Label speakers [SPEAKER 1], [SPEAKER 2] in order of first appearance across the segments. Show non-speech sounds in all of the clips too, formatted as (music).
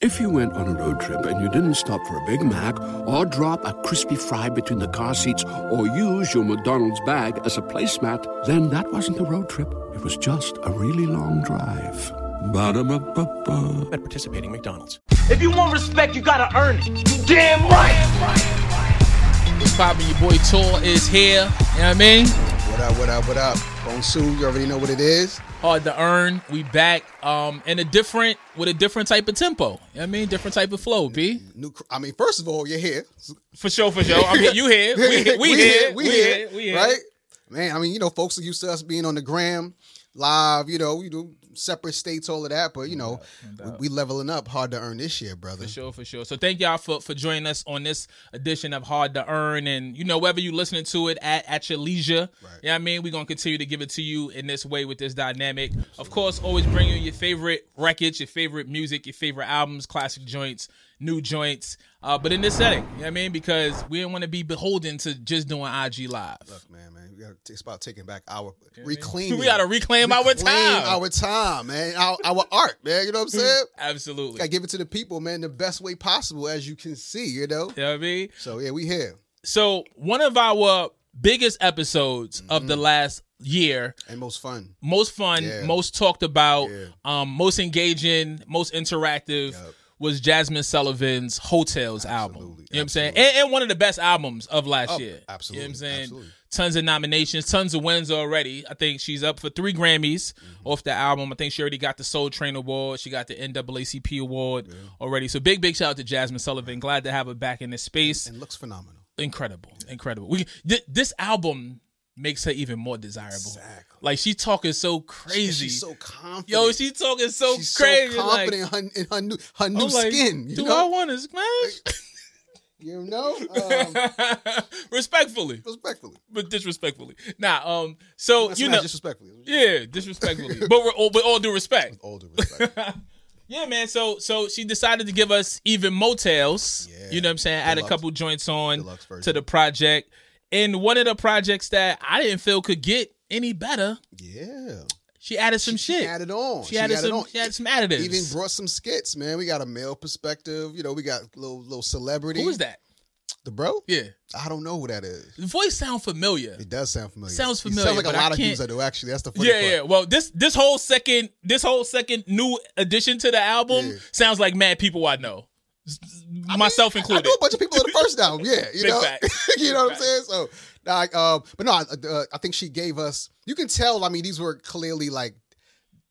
[SPEAKER 1] If you went on a road trip and you didn't stop for a Big Mac or drop a crispy fry between the car seats or use your McDonald's bag as a placemat, then that wasn't a road trip. It was just a really long drive. Ba-da-ba-ba-ba.
[SPEAKER 2] At participating McDonald's.
[SPEAKER 3] If you want respect, you gotta earn it. You damn right.
[SPEAKER 4] It's poppin', your boy Tor is here. You know what I mean?
[SPEAKER 5] What up, what up, what up? Bonsu, you already know what it is.
[SPEAKER 4] Hard to earn. We back um in a different with a different type of tempo. You know what I mean? Different type of flow, B.
[SPEAKER 5] New, cr- I mean, first of all, you're here.
[SPEAKER 4] For sure, for sure. I'm here. You here. (laughs) We,
[SPEAKER 5] (laughs)
[SPEAKER 4] we, here. We, here. We here.
[SPEAKER 5] Right? Man, I mean, you know, folks are used to us being on the gram, live, you know, you do separate states, all of that, but you know, we, we leveling up hard to earn this year, brother.
[SPEAKER 4] For sure, for sure. So thank y'all for, for joining us on this edition of Hard to Earn. And you know, whether you listening to it at, at your leisure, yeah, you know what I mean, we're gonna continue to give it to you in this way with this dynamic. Of course, always bring you your favorite records, your favorite music, your favorite albums, classic joints, new joints. Uh, but in this setting, you know what I mean? Because we don't want to be beholden to just doing IG live.
[SPEAKER 5] Man, man, we gotta, it's about taking back our reclaiming.
[SPEAKER 4] We gotta reclaim our
[SPEAKER 5] Reclaim
[SPEAKER 4] time. Hmm.
[SPEAKER 5] Our time, man. Our, our art, man. You know what I'm saying?
[SPEAKER 4] Absolutely.
[SPEAKER 5] Gotta give it to the people, man, the best way possible, as you can see, you know?
[SPEAKER 4] You know what I mean?
[SPEAKER 5] So, yeah, we here.
[SPEAKER 4] So one of our biggest episodes of
[SPEAKER 5] Mm-hmm.
[SPEAKER 4] the last year,
[SPEAKER 5] And most fun.
[SPEAKER 4] most fun,
[SPEAKER 5] Yeah.
[SPEAKER 4] most talked about,
[SPEAKER 5] Yeah.
[SPEAKER 4] um, most engaging, most interactive. Was Jasmine Sullivan's Hotels album. You know what I'm saying? And, and one of the best albums of last year. You
[SPEAKER 5] absolutely,
[SPEAKER 4] know what I'm saying?
[SPEAKER 5] absolutely.
[SPEAKER 4] Tons of nominations, tons of wins already. I think she's up for three Grammys
[SPEAKER 5] Mm-hmm.
[SPEAKER 4] off the album. I think she already got the Soul Train Award. She got the NAACP Award already. So big, big shout out to Jasmine Sullivan. Glad to have her back in this space
[SPEAKER 5] And looks phenomenal.
[SPEAKER 4] incredible, incredible. We th- this album makes her even more desirable. Like she talking so crazy.
[SPEAKER 5] She's so confident.
[SPEAKER 4] Yo, she talking so
[SPEAKER 5] She's
[SPEAKER 4] crazy.
[SPEAKER 5] so
[SPEAKER 4] like,
[SPEAKER 5] confident in, her, in her new, her new
[SPEAKER 4] I'm like,
[SPEAKER 5] skin. You
[SPEAKER 4] do I
[SPEAKER 5] know?
[SPEAKER 4] want to smash?
[SPEAKER 5] you
[SPEAKER 4] (laughs)
[SPEAKER 5] know? Um,
[SPEAKER 4] Respectfully,
[SPEAKER 5] respectfully.
[SPEAKER 4] but disrespectfully. Nah. Um. So
[SPEAKER 5] That's
[SPEAKER 4] you
[SPEAKER 5] not
[SPEAKER 4] know.
[SPEAKER 5] disrespectfully.
[SPEAKER 4] Yeah, disrespectfully, (laughs) but we're all, with all due respect.
[SPEAKER 5] All due
[SPEAKER 4] (laughs)
[SPEAKER 5] respect.
[SPEAKER 4] Yeah, man. So, so she decided to give us even motels.
[SPEAKER 5] Yeah.
[SPEAKER 4] You know what I'm saying? Add a
[SPEAKER 5] Deluxe.
[SPEAKER 4] couple joints on
[SPEAKER 5] Deluxe version.
[SPEAKER 4] to the project, and one of the projects that I didn't feel could get any better
[SPEAKER 5] yeah.
[SPEAKER 4] She added some shit.
[SPEAKER 5] She added on.
[SPEAKER 4] She added some-
[SPEAKER 5] on.
[SPEAKER 4] she added some additives.
[SPEAKER 5] Even brought some skits, man. We got a male perspective. You know, we got little little celebrity.
[SPEAKER 4] Who is that?
[SPEAKER 5] The bro?
[SPEAKER 4] Yeah.
[SPEAKER 5] I don't know who that is.
[SPEAKER 4] The voice sound familiar.
[SPEAKER 5] It does sound familiar.
[SPEAKER 4] Sounds
[SPEAKER 5] He
[SPEAKER 4] familiar,
[SPEAKER 5] sounds like
[SPEAKER 4] but
[SPEAKER 5] a
[SPEAKER 4] I
[SPEAKER 5] lot of
[SPEAKER 4] can't-
[SPEAKER 5] dudes that do actually. That's the funny
[SPEAKER 4] Yeah,
[SPEAKER 5] part.
[SPEAKER 4] yeah. Well, this this whole second this whole second new addition to the album
[SPEAKER 5] Yeah.
[SPEAKER 4] sounds like mad people I know. S- Myself
[SPEAKER 5] I
[SPEAKER 4] included.
[SPEAKER 5] know a bunch of people in the first album. Yeah, you
[SPEAKER 4] Big
[SPEAKER 5] know, (laughs)
[SPEAKER 4] facts.
[SPEAKER 5] you know what I'm saying. So, like, um, but no, I, uh, I think she gave us. You can tell. I mean, these were clearly like,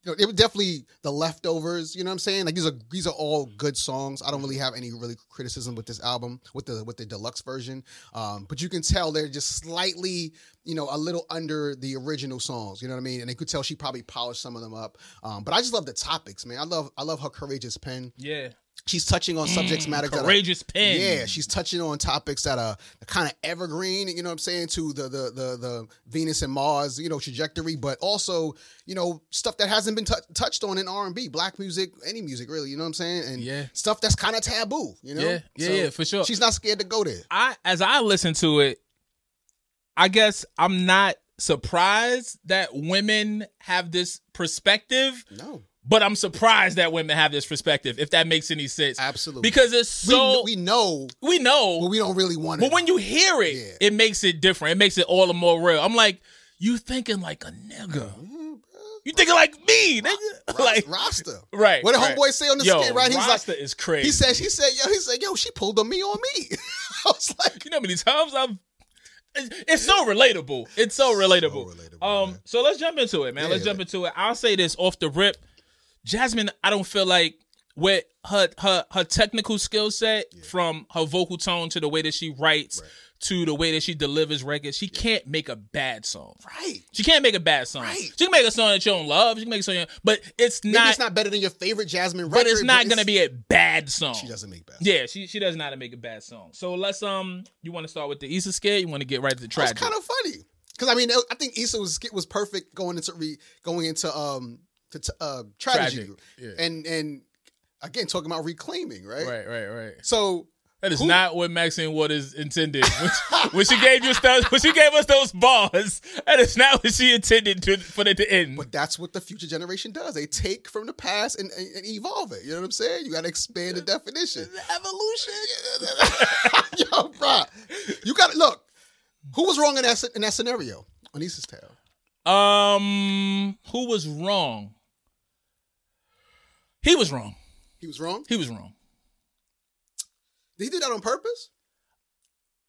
[SPEAKER 5] you know, they were definitely the leftovers. You know what I'm saying? Like these are these are all good songs. I don't really have any really criticism with this album with the with the deluxe version. Um, but you can tell they're just slightly, you know, a little under the original songs. You know what I mean? And they could tell she probably polished some of them up. Um, but I just love the topics, man. I love I love her courageous pen.
[SPEAKER 4] yeah.
[SPEAKER 5] She's touching on
[SPEAKER 4] Mm,
[SPEAKER 5] subjects matter that are-
[SPEAKER 4] Courageous pen.
[SPEAKER 5] yeah, she's touching on topics that are kind of evergreen, you know what I'm saying, to the the the the Venus and Mars, you know, trajectory, but also, you know, stuff that hasn't been tou- touched on in R&B, black music, any music really, you know what I'm saying? And
[SPEAKER 4] Yeah.
[SPEAKER 5] stuff that's kind of taboo, you know?
[SPEAKER 4] Yeah, yeah, yeah, for sure.
[SPEAKER 5] She's not scared to go there.
[SPEAKER 4] I as I listen to it, I guess I'm not surprised that women have this perspective.
[SPEAKER 5] No.
[SPEAKER 4] But I'm surprised that women have this perspective, if that makes any sense.
[SPEAKER 5] Absolutely.
[SPEAKER 4] Because it's
[SPEAKER 5] We kn-
[SPEAKER 4] so
[SPEAKER 5] we, know,
[SPEAKER 4] we know
[SPEAKER 5] but we don't really want it.
[SPEAKER 4] but when you hear it
[SPEAKER 5] Yeah.
[SPEAKER 4] it makes it different it makes it all the more real i'm like you thinking like a nigga
[SPEAKER 5] Mm-hmm,
[SPEAKER 4] you thinking like me nigga (laughs)
[SPEAKER 5] Ros-
[SPEAKER 4] like
[SPEAKER 5] Rasta.
[SPEAKER 4] right
[SPEAKER 5] What did
[SPEAKER 4] right.
[SPEAKER 5] homeboy say on the
[SPEAKER 4] Yo,
[SPEAKER 5] skit, right? He's
[SPEAKER 4] Rasta
[SPEAKER 5] like
[SPEAKER 4] is crazy
[SPEAKER 5] he says he said yo he said yo she pulled a me on me. (laughs) I was like
[SPEAKER 4] you know how many times i've it's it's so relatable. It's so relatable.
[SPEAKER 5] relatable,
[SPEAKER 4] um,
[SPEAKER 5] man.
[SPEAKER 4] so let's jump into it, man. let's
[SPEAKER 5] Yeah.
[SPEAKER 4] jump into it. I'll say this off the rip, Jasmine. I don't feel like with her her her technical skill set, from her vocal tone to the way that she writes, to the way that she delivers records, she can't make a bad song.
[SPEAKER 5] right.
[SPEAKER 4] She can't make a bad song.
[SPEAKER 5] Right.
[SPEAKER 4] She can make a song that you don't love. She can make a song, you- but it's
[SPEAKER 5] Maybe
[SPEAKER 4] not.
[SPEAKER 5] it's not better than your favorite Jasmine record.
[SPEAKER 4] but it's not gonna be a bad song.
[SPEAKER 5] She doesn't make bad.
[SPEAKER 4] Yeah, she she does not make a bad song. So let's um, you want to start with the Issa skit? You want to get right to the
[SPEAKER 5] It's
[SPEAKER 4] track?
[SPEAKER 5] kind of funny because I mean it- I think Issa was was perfect going into re, going into um to t- uh tragedy
[SPEAKER 4] Tragic, yeah.
[SPEAKER 5] and and again talking about reclaiming right.
[SPEAKER 4] right, right, right.
[SPEAKER 5] So
[SPEAKER 4] That is not what Maxine Waters intended. When she, when she gave you those, when she gave us those bars, that is not what she intended to, for it to end.
[SPEAKER 5] But that's what the future generation does. They take from the past and, and, and evolve it. You know what I'm saying? You got to expand the definition. Evolution. (laughs) Yo, bro, you got to look. Who was wrong in that in that scenario? Anissa's tale.
[SPEAKER 4] Um, who was wrong? He was wrong.
[SPEAKER 5] He was wrong.
[SPEAKER 4] He was wrong.
[SPEAKER 5] Did he do that on purpose?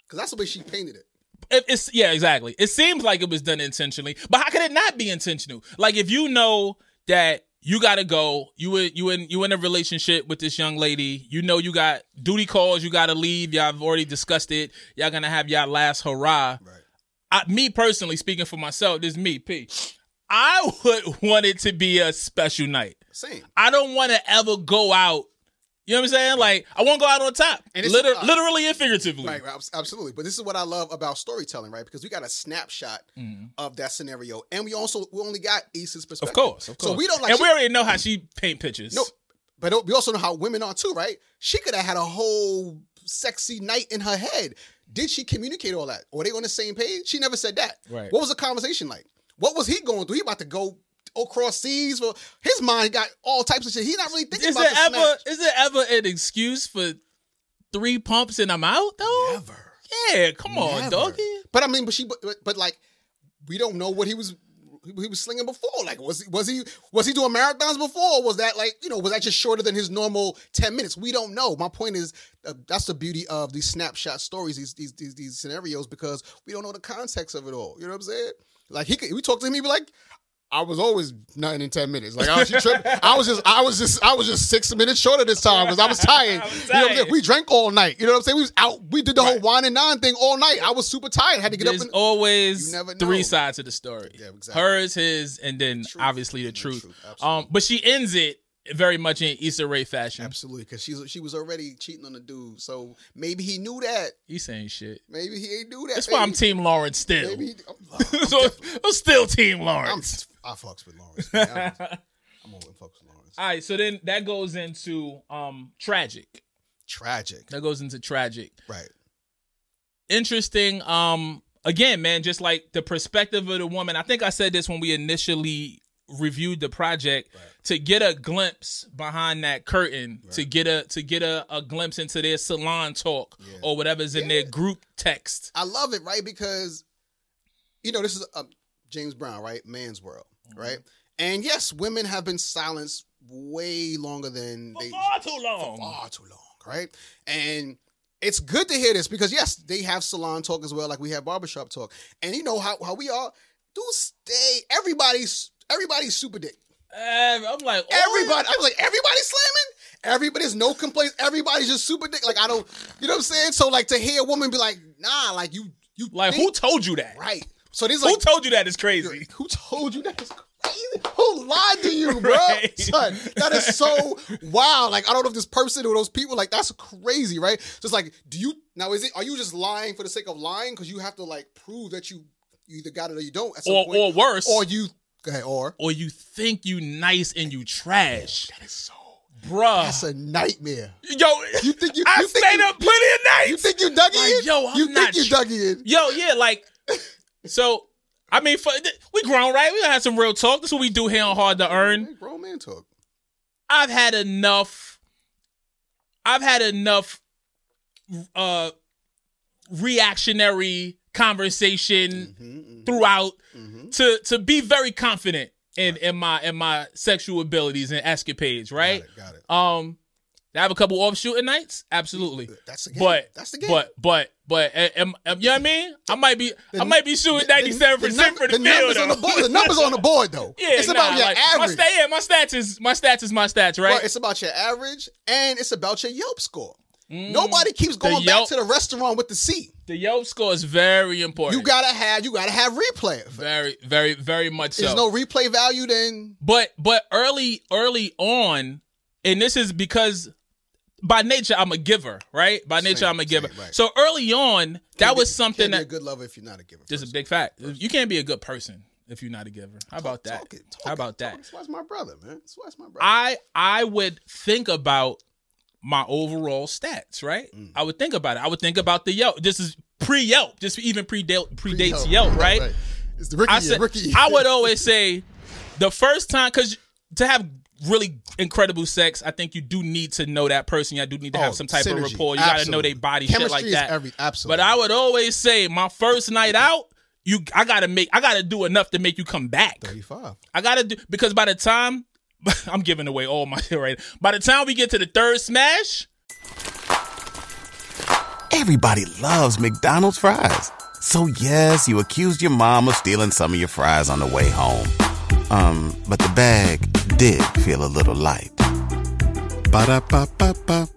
[SPEAKER 5] Because that's the way she painted it.
[SPEAKER 4] It- it's yeah, exactly. It seems like it was done intentionally, but how could it not be intentional? Like if you know that you gotta go, you in you in you in a relationship with this young lady, you know you got duty calls, you gotta leave. Y'all have already discussed it. Y'all gonna have y'all last hurrah.
[SPEAKER 5] Right.
[SPEAKER 4] I, me personally speaking for myself, this is me, P. I would (laughs) want it to be a special night.
[SPEAKER 5] Same.
[SPEAKER 4] I don't want to ever go out. You know what I'm saying? Like I won't go out on top,
[SPEAKER 5] And it's-
[SPEAKER 4] Liter-
[SPEAKER 5] uh,
[SPEAKER 4] literally and figuratively.
[SPEAKER 5] Right, right, abs- absolutely. But this is what I love about storytelling, right? Because we got a snapshot of that scenario, and we also we only got Issa's perspective.
[SPEAKER 4] Mm-hmm. Of course, of course.
[SPEAKER 5] So we don't like.
[SPEAKER 4] and
[SPEAKER 5] she-
[SPEAKER 4] we already know how she paint pictures.
[SPEAKER 5] no, but we also know how women are too, right? She could have had a whole sexy night in her head. Did she communicate all that? Were they on the same page? She never said that.
[SPEAKER 4] Right.
[SPEAKER 5] What was the conversation like? What was he going through? He about to go across seas. For his mind got all types of shit. He not really thinking
[SPEAKER 4] is
[SPEAKER 5] about
[SPEAKER 4] there
[SPEAKER 5] the
[SPEAKER 4] ever
[SPEAKER 5] snatch.
[SPEAKER 4] is there ever an excuse for three pumps and I'm out though?
[SPEAKER 5] Never.
[SPEAKER 4] Yeah, come on,
[SPEAKER 5] Never.
[SPEAKER 4] doggy.
[SPEAKER 5] But I mean, but she, but, but like, we don't know what he was. He was slinging before. Like, was he was he was he doing marathons before? Or was that like you know was that just shorter than his normal ten minutes? We don't know. My point is uh, that's the beauty of these snapshot stories, these these these, these scenarios, because we don't know the context of it all. You know what I'm saying? Like he could, we talked to him, he'd be like, I was always nothing in ten minutes. Like I was, just tripping. I was just, I was just, I was just six minutes shorter this time because (laughs) I was tired. You know what I'm saying?
[SPEAKER 4] tired.
[SPEAKER 5] We drank all night. You know what I'm saying? We was out. We did the whole wine and nine thing all night. I was super tired. Had to get
[SPEAKER 4] There's
[SPEAKER 5] up. And,
[SPEAKER 4] always
[SPEAKER 5] You never know.
[SPEAKER 4] three sides to the story.
[SPEAKER 5] Yeah, exactly.
[SPEAKER 4] Hers, his, and then obviously the truth.
[SPEAKER 5] truth,
[SPEAKER 4] um, but she ends it very much in Issa Rae fashion.
[SPEAKER 5] Absolutely, because she's she was already cheating on the dude. So maybe he knew that.
[SPEAKER 4] He's saying shit.
[SPEAKER 5] Maybe he ain't do that.
[SPEAKER 4] That's why I'm Team Lawrence still.
[SPEAKER 5] Maybe
[SPEAKER 4] (laughs)
[SPEAKER 5] he, I'm,
[SPEAKER 4] so I'm still Team
[SPEAKER 5] I'm,
[SPEAKER 4] Lawrence.
[SPEAKER 5] I fucks with Lawrence. man.
[SPEAKER 4] (laughs)
[SPEAKER 5] I'm, I'm always fucks with Lawrence.
[SPEAKER 4] All right, so then that goes into um tragic.
[SPEAKER 5] Tragic,
[SPEAKER 4] That goes into tragic.
[SPEAKER 5] right?
[SPEAKER 4] interesting um again man just like the perspective of the woman i think i said this when we initially reviewed the project to get a glimpse behind that curtain to get a to get a, a glimpse into their salon talk or whatever's in their group text
[SPEAKER 5] I love it, right? Because you know this is uh, James Brown, right? Man's world, right?
[SPEAKER 4] Mm-hmm.
[SPEAKER 5] And yes, women have been silenced way longer than they
[SPEAKER 4] far too long
[SPEAKER 5] far too long, right? And it's good to hear this because yes, they have salon talk as well, like we have barbershop talk. And you know how how we are, dudes stay everybody's everybody's super dick.
[SPEAKER 4] Uh, i'm like everybody
[SPEAKER 5] Everybody, I was like, everybody's slamming. Everybody's no complaints. Everybody's just super dick. Like I don't, you know what I'm saying? So like to hear a woman be like, nah, like you you
[SPEAKER 4] like who
[SPEAKER 5] think-
[SPEAKER 4] told you that
[SPEAKER 5] right? So these
[SPEAKER 4] who
[SPEAKER 5] like
[SPEAKER 4] told you that is crazy
[SPEAKER 5] who told you that is crazy? Who lied to you, bro?
[SPEAKER 4] Right.
[SPEAKER 5] Son, that is so wild. Like, I don't know if this person or those people, like, that's crazy, right? Just like, do you now is it are you just lying for the sake of lying? Because you have to like prove that you you either got it or you don't at some
[SPEAKER 4] or
[SPEAKER 5] point.
[SPEAKER 4] or worse
[SPEAKER 5] or
[SPEAKER 4] or,
[SPEAKER 5] you go ahead, or
[SPEAKER 4] you think you nice and you trash
[SPEAKER 5] that is so
[SPEAKER 4] bruh
[SPEAKER 5] that's a nightmare.
[SPEAKER 4] yo
[SPEAKER 5] You think you,
[SPEAKER 4] i
[SPEAKER 5] you think
[SPEAKER 4] stayed
[SPEAKER 5] you,
[SPEAKER 4] up plenty of nights
[SPEAKER 5] you think you dug
[SPEAKER 4] Like,
[SPEAKER 5] in?
[SPEAKER 4] yo, I'm
[SPEAKER 5] you
[SPEAKER 4] not
[SPEAKER 5] think you
[SPEAKER 4] tr-
[SPEAKER 5] dug in.
[SPEAKER 4] Yo, yeah, like, so I mean, for, th- we grown, right? We gonna have some real talk. That's what we do here on Hard to Earn.
[SPEAKER 5] Hey, grown man talk.
[SPEAKER 4] I've had enough. I've had enough. Uh, reactionary conversation
[SPEAKER 5] Mm-hmm,
[SPEAKER 4] throughout to to be very confident in in my in my sexual abilities and escapades, right?
[SPEAKER 5] Got it, got it.
[SPEAKER 4] Um, I have a couple off shooting nights, absolutely.
[SPEAKER 5] That's the game.
[SPEAKER 4] But
[SPEAKER 5] that's the game.
[SPEAKER 4] But but but am, am, you know what I mean? I might be I might be shooting ninety seven percent
[SPEAKER 5] number-
[SPEAKER 4] for the, field.
[SPEAKER 5] numbers on the
[SPEAKER 4] though.
[SPEAKER 5] board.
[SPEAKER 4] (laughs)
[SPEAKER 5] The numbers on the board, though.
[SPEAKER 4] yeah,
[SPEAKER 5] it's about
[SPEAKER 4] nah,
[SPEAKER 5] your
[SPEAKER 4] like, My,
[SPEAKER 5] average.
[SPEAKER 4] sta- yeah, my stats is my stats is my stats, right?
[SPEAKER 5] Well, it's about your average, and it's about your Yelp score. Nobody keeps going
[SPEAKER 4] Mm. Yelp-
[SPEAKER 5] back to the restaurant with the C.
[SPEAKER 4] the Yelp score is very important.
[SPEAKER 5] You gotta have you gotta have replay. If
[SPEAKER 4] very very very much so.
[SPEAKER 5] there's no replay value, then
[SPEAKER 4] But but early early on, and this is because by nature I'm a giver, right? By nature
[SPEAKER 5] Same,
[SPEAKER 4] I'm a giver.
[SPEAKER 5] same, right.
[SPEAKER 4] So early on, that was something
[SPEAKER 5] can't be a
[SPEAKER 4] that
[SPEAKER 5] good lover if you're not a giver.
[SPEAKER 4] this is a big fact. You can't be a good person if you're not a giver. How about that?
[SPEAKER 5] Talk it, talk
[SPEAKER 4] How
[SPEAKER 5] it,
[SPEAKER 4] about
[SPEAKER 5] talk
[SPEAKER 4] that?
[SPEAKER 5] it. That's why it's my brother, man. That's why it's my brother.
[SPEAKER 4] I I would think about my overall stats, right?
[SPEAKER 5] Mm.
[SPEAKER 4] I would think about it. I would think about the Yelp. This is pre Yelp, just even pre predates Yelp, right?
[SPEAKER 5] It's the rookie
[SPEAKER 4] I
[SPEAKER 5] year,
[SPEAKER 4] said
[SPEAKER 5] rookie year.
[SPEAKER 4] (laughs) I would always say the first time because to have really incredible sex, I think you do need to know that person. I do need to
[SPEAKER 5] Oh,
[SPEAKER 4] have some type of
[SPEAKER 5] synergy.
[SPEAKER 4] rapport. You got to know
[SPEAKER 5] Absolutely.
[SPEAKER 4] their body,
[SPEAKER 5] Chemistry
[SPEAKER 4] shit like
[SPEAKER 5] is
[SPEAKER 4] that.
[SPEAKER 5] every- absolutely.
[SPEAKER 4] But I would always say my first night out, you I gotta make I gotta do enough to make you come back.
[SPEAKER 5] 35.
[SPEAKER 4] I gotta do because by the time (laughs) I'm giving away all my shit right. By the time we get to the third smash,
[SPEAKER 2] Everybody loves McDonald's fries. So yes, you accused your mom of stealing some of your fries on the way home. Um, but the bag did feel a little light. Ba-da-ba-ba-ba.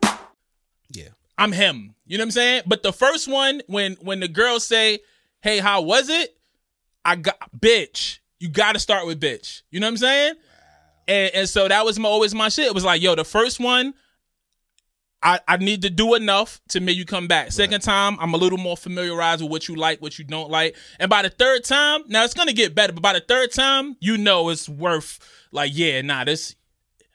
[SPEAKER 5] Yeah.
[SPEAKER 4] I'm him. You know what I'm saying? But the first one, when when the girls say, "Hey, how was it?" I got bitch. You got to start with bitch. You know what I'm saying? And and so that was my always my shit. It was like, yo, the first one, I I need to do enough to make you come back. Second time, I'm a little more familiarized with what you like, what you don't like, and by the third time, now it's gonna get better. But by the third time, you know it's worth like, yeah, nah, this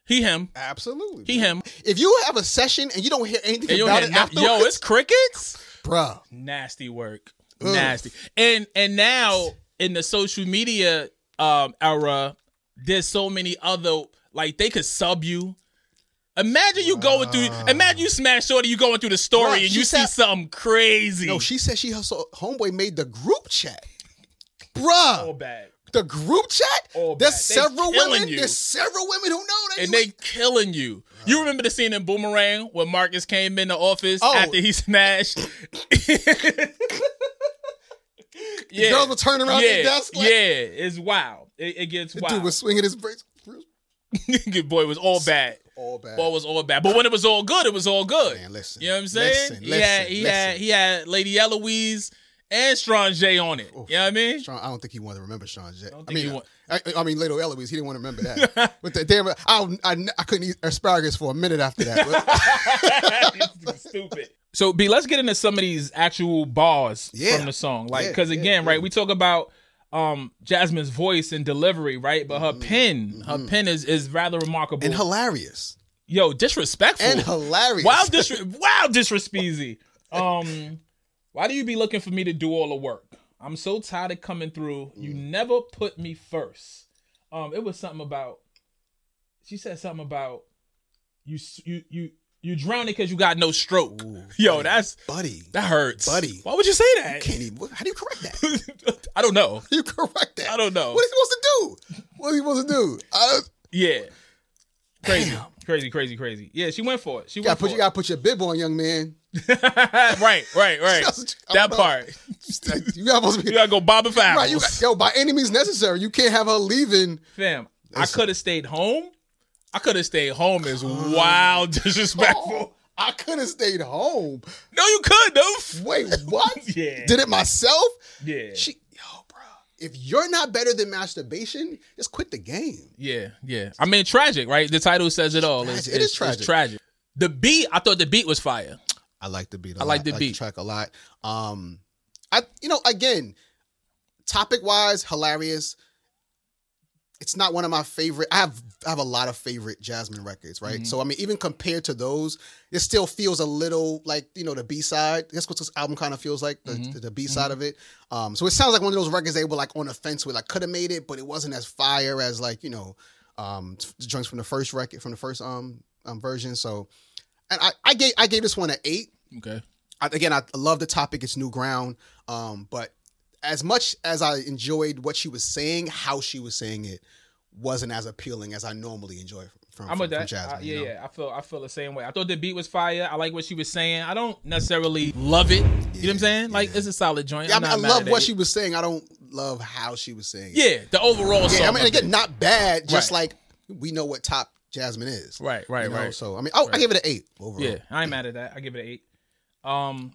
[SPEAKER 4] he him
[SPEAKER 5] Absolutely.
[SPEAKER 4] he him.
[SPEAKER 5] If you have a session and you don't hear anything
[SPEAKER 4] And you
[SPEAKER 5] about
[SPEAKER 4] had
[SPEAKER 5] it
[SPEAKER 4] no-
[SPEAKER 5] afterwards,
[SPEAKER 4] yo, it's crickets.
[SPEAKER 5] bruh.
[SPEAKER 4] nasty work
[SPEAKER 5] Ugh.
[SPEAKER 4] nasty and and now in the social media um era there's so many other like they could sub you imagine you going through imagine you smash shorty you going through the story
[SPEAKER 5] Bruh,
[SPEAKER 4] and
[SPEAKER 5] she
[SPEAKER 4] you see
[SPEAKER 5] said-
[SPEAKER 4] something crazy (clears throat)
[SPEAKER 5] No, she said she her so- homeboy made the group chat. Bruh.
[SPEAKER 4] all bad
[SPEAKER 5] the group chat?
[SPEAKER 4] All
[SPEAKER 5] there's
[SPEAKER 4] bad. They
[SPEAKER 5] several
[SPEAKER 4] killing
[SPEAKER 5] women.
[SPEAKER 4] you.
[SPEAKER 5] There's several women who know that.
[SPEAKER 4] and
[SPEAKER 5] you
[SPEAKER 4] they killing you. You remember the scene in Boomerang when Marcus came in the office
[SPEAKER 5] Oh.
[SPEAKER 4] after he
[SPEAKER 5] (laughs)
[SPEAKER 4] smashed? (laughs) yeah.
[SPEAKER 5] girls were turning around at
[SPEAKER 4] yeah.
[SPEAKER 5] their desk like-
[SPEAKER 4] yeah, it's wild. It, it gets
[SPEAKER 5] the
[SPEAKER 4] wild.
[SPEAKER 5] dude was swinging his brakes.
[SPEAKER 4] (laughs) Good boy it was all bad.
[SPEAKER 5] All bad.
[SPEAKER 4] Boy it was all bad. But when it was all good, it was all good.
[SPEAKER 5] Man, listen.
[SPEAKER 4] You know what I'm saying?
[SPEAKER 5] Listen,
[SPEAKER 4] he had
[SPEAKER 5] listen,
[SPEAKER 4] he had
[SPEAKER 5] listen.
[SPEAKER 4] he had Lady Eloise and Strong J on it. You know what I mean?
[SPEAKER 5] Sean, I don't think he wanted to remember Sean Jett. I
[SPEAKER 4] think he
[SPEAKER 5] mean,
[SPEAKER 4] want-
[SPEAKER 5] I, I mean, Lato Eloise, he didn't want to remember
[SPEAKER 4] (laughs)
[SPEAKER 5] that. but the damn, I, I, I couldn't eat asparagus for a minute after that.
[SPEAKER 4] (laughs)
[SPEAKER 5] But
[SPEAKER 4] Stupid. So B, let's get into some of these actual bars
[SPEAKER 5] Yeah.
[SPEAKER 4] from the song. Like,
[SPEAKER 5] Yeah,
[SPEAKER 4] because
[SPEAKER 5] yeah,
[SPEAKER 4] again, right, we talk about um Jasmine's voice and delivery, right? But her pen, her pen is is rather remarkable.
[SPEAKER 5] Mm-hmm. and hilarious,
[SPEAKER 4] Yo, disrespectful.
[SPEAKER 5] and hilarious.
[SPEAKER 4] Wow, disre- wow, disrespeasy. Um, why do you be looking for me to do all the work? I'm so tired of coming through. You
[SPEAKER 5] Mm.
[SPEAKER 4] never put me first. Um, it was something about. She said something about you. s- You you you drowning because you got no stroke. Yo, that's
[SPEAKER 5] buddy,
[SPEAKER 4] that hurts,
[SPEAKER 5] Buddy.
[SPEAKER 4] Why would you say that?
[SPEAKER 5] can't even. what- How do you correct that? How
[SPEAKER 4] (laughs) I don't know.
[SPEAKER 5] do you correct that?
[SPEAKER 4] I don't know.
[SPEAKER 5] What is he supposed to do? What is he supposed to do? I,
[SPEAKER 4] Yeah, crazy, crazy, crazy, crazy. Yeah, she went for it. She
[SPEAKER 5] you gotta
[SPEAKER 4] went
[SPEAKER 5] put you
[SPEAKER 4] for
[SPEAKER 5] gotta put your bib on, young man. (laughs)
[SPEAKER 4] it. (laughs) right, right, right.
[SPEAKER 5] Just- I
[SPEAKER 4] that
[SPEAKER 5] don't know. (laughs)
[SPEAKER 4] part.
[SPEAKER 5] you gotta supposed to
[SPEAKER 4] You
[SPEAKER 5] be
[SPEAKER 4] gotta go Bob and Fowles.
[SPEAKER 5] right. You got, yo, by any means necessary, you can't have her
[SPEAKER 4] (laughs)
[SPEAKER 5] leaving.
[SPEAKER 4] Fam, I could have stayed home. I could have stayed home is wild (laughs) disrespectful.
[SPEAKER 5] Oh, I could have stayed home.
[SPEAKER 4] No, you could though. (laughs)
[SPEAKER 5] Wait, what?
[SPEAKER 4] Yeah.
[SPEAKER 5] Did it myself?
[SPEAKER 4] Yeah.
[SPEAKER 5] She, yo, bro. If you're not better than masturbation, just quit the game.
[SPEAKER 4] Yeah, yeah. I mean, tragic, right? The title says it all. It's,
[SPEAKER 5] tragic. It is
[SPEAKER 4] it's- it's
[SPEAKER 5] tragic.
[SPEAKER 4] The beat, I thought the beat was fire.
[SPEAKER 5] I like the beat.
[SPEAKER 4] I
[SPEAKER 5] I
[SPEAKER 4] like the beat.
[SPEAKER 5] track a lot. Um, I you know again, topic wise, hilarious. It's not one of my favorite. I have I have a lot of favorite Jasmine records, right?
[SPEAKER 4] Mm-hmm.
[SPEAKER 5] So I mean, even compared to those, it still feels a little like you know the B side. That's what this album kind of feels like the,
[SPEAKER 4] Mm-hmm.
[SPEAKER 5] the B side of it. Um, so it sounds like one of those records they were like on the fence with. I could have made it, but it wasn't as fire as like you know, um, drinks from the first record from the first um, um version. So, and I, I gave I gave this one an eight.
[SPEAKER 4] Okay.
[SPEAKER 5] I, again, I love the topic. It's new ground. Um, but as much as I enjoyed what she was saying, how she was saying it wasn't as appealing as I normally enjoy from, from,
[SPEAKER 4] I'm
[SPEAKER 5] from
[SPEAKER 4] with that.
[SPEAKER 5] Jasmine.
[SPEAKER 4] I-
[SPEAKER 5] you
[SPEAKER 4] yeah,
[SPEAKER 5] know?
[SPEAKER 4] yeah. I feel I feel the same way. I thought the beat was fire. I like what she was saying. I don't necessarily love it. you know what I'm saying? Like it's a solid joint.
[SPEAKER 5] Yeah, I,
[SPEAKER 4] I'm
[SPEAKER 5] mean,
[SPEAKER 4] not
[SPEAKER 5] I
[SPEAKER 4] mad
[SPEAKER 5] love
[SPEAKER 4] at
[SPEAKER 5] what
[SPEAKER 4] it.
[SPEAKER 5] she was saying. I don't love how she was saying it.
[SPEAKER 4] Yeah, the overall song.
[SPEAKER 5] Yeah, I mean,
[SPEAKER 4] of
[SPEAKER 5] again,
[SPEAKER 4] it.
[SPEAKER 5] not bad. Just
[SPEAKER 4] Right.
[SPEAKER 5] like we know what top Jasmine is.
[SPEAKER 4] Right, right,
[SPEAKER 5] you know?
[SPEAKER 4] right.
[SPEAKER 5] So, I mean, I, I give it an eight overall.
[SPEAKER 4] Yeah, I ain't mad at that. I give it an eight. Um,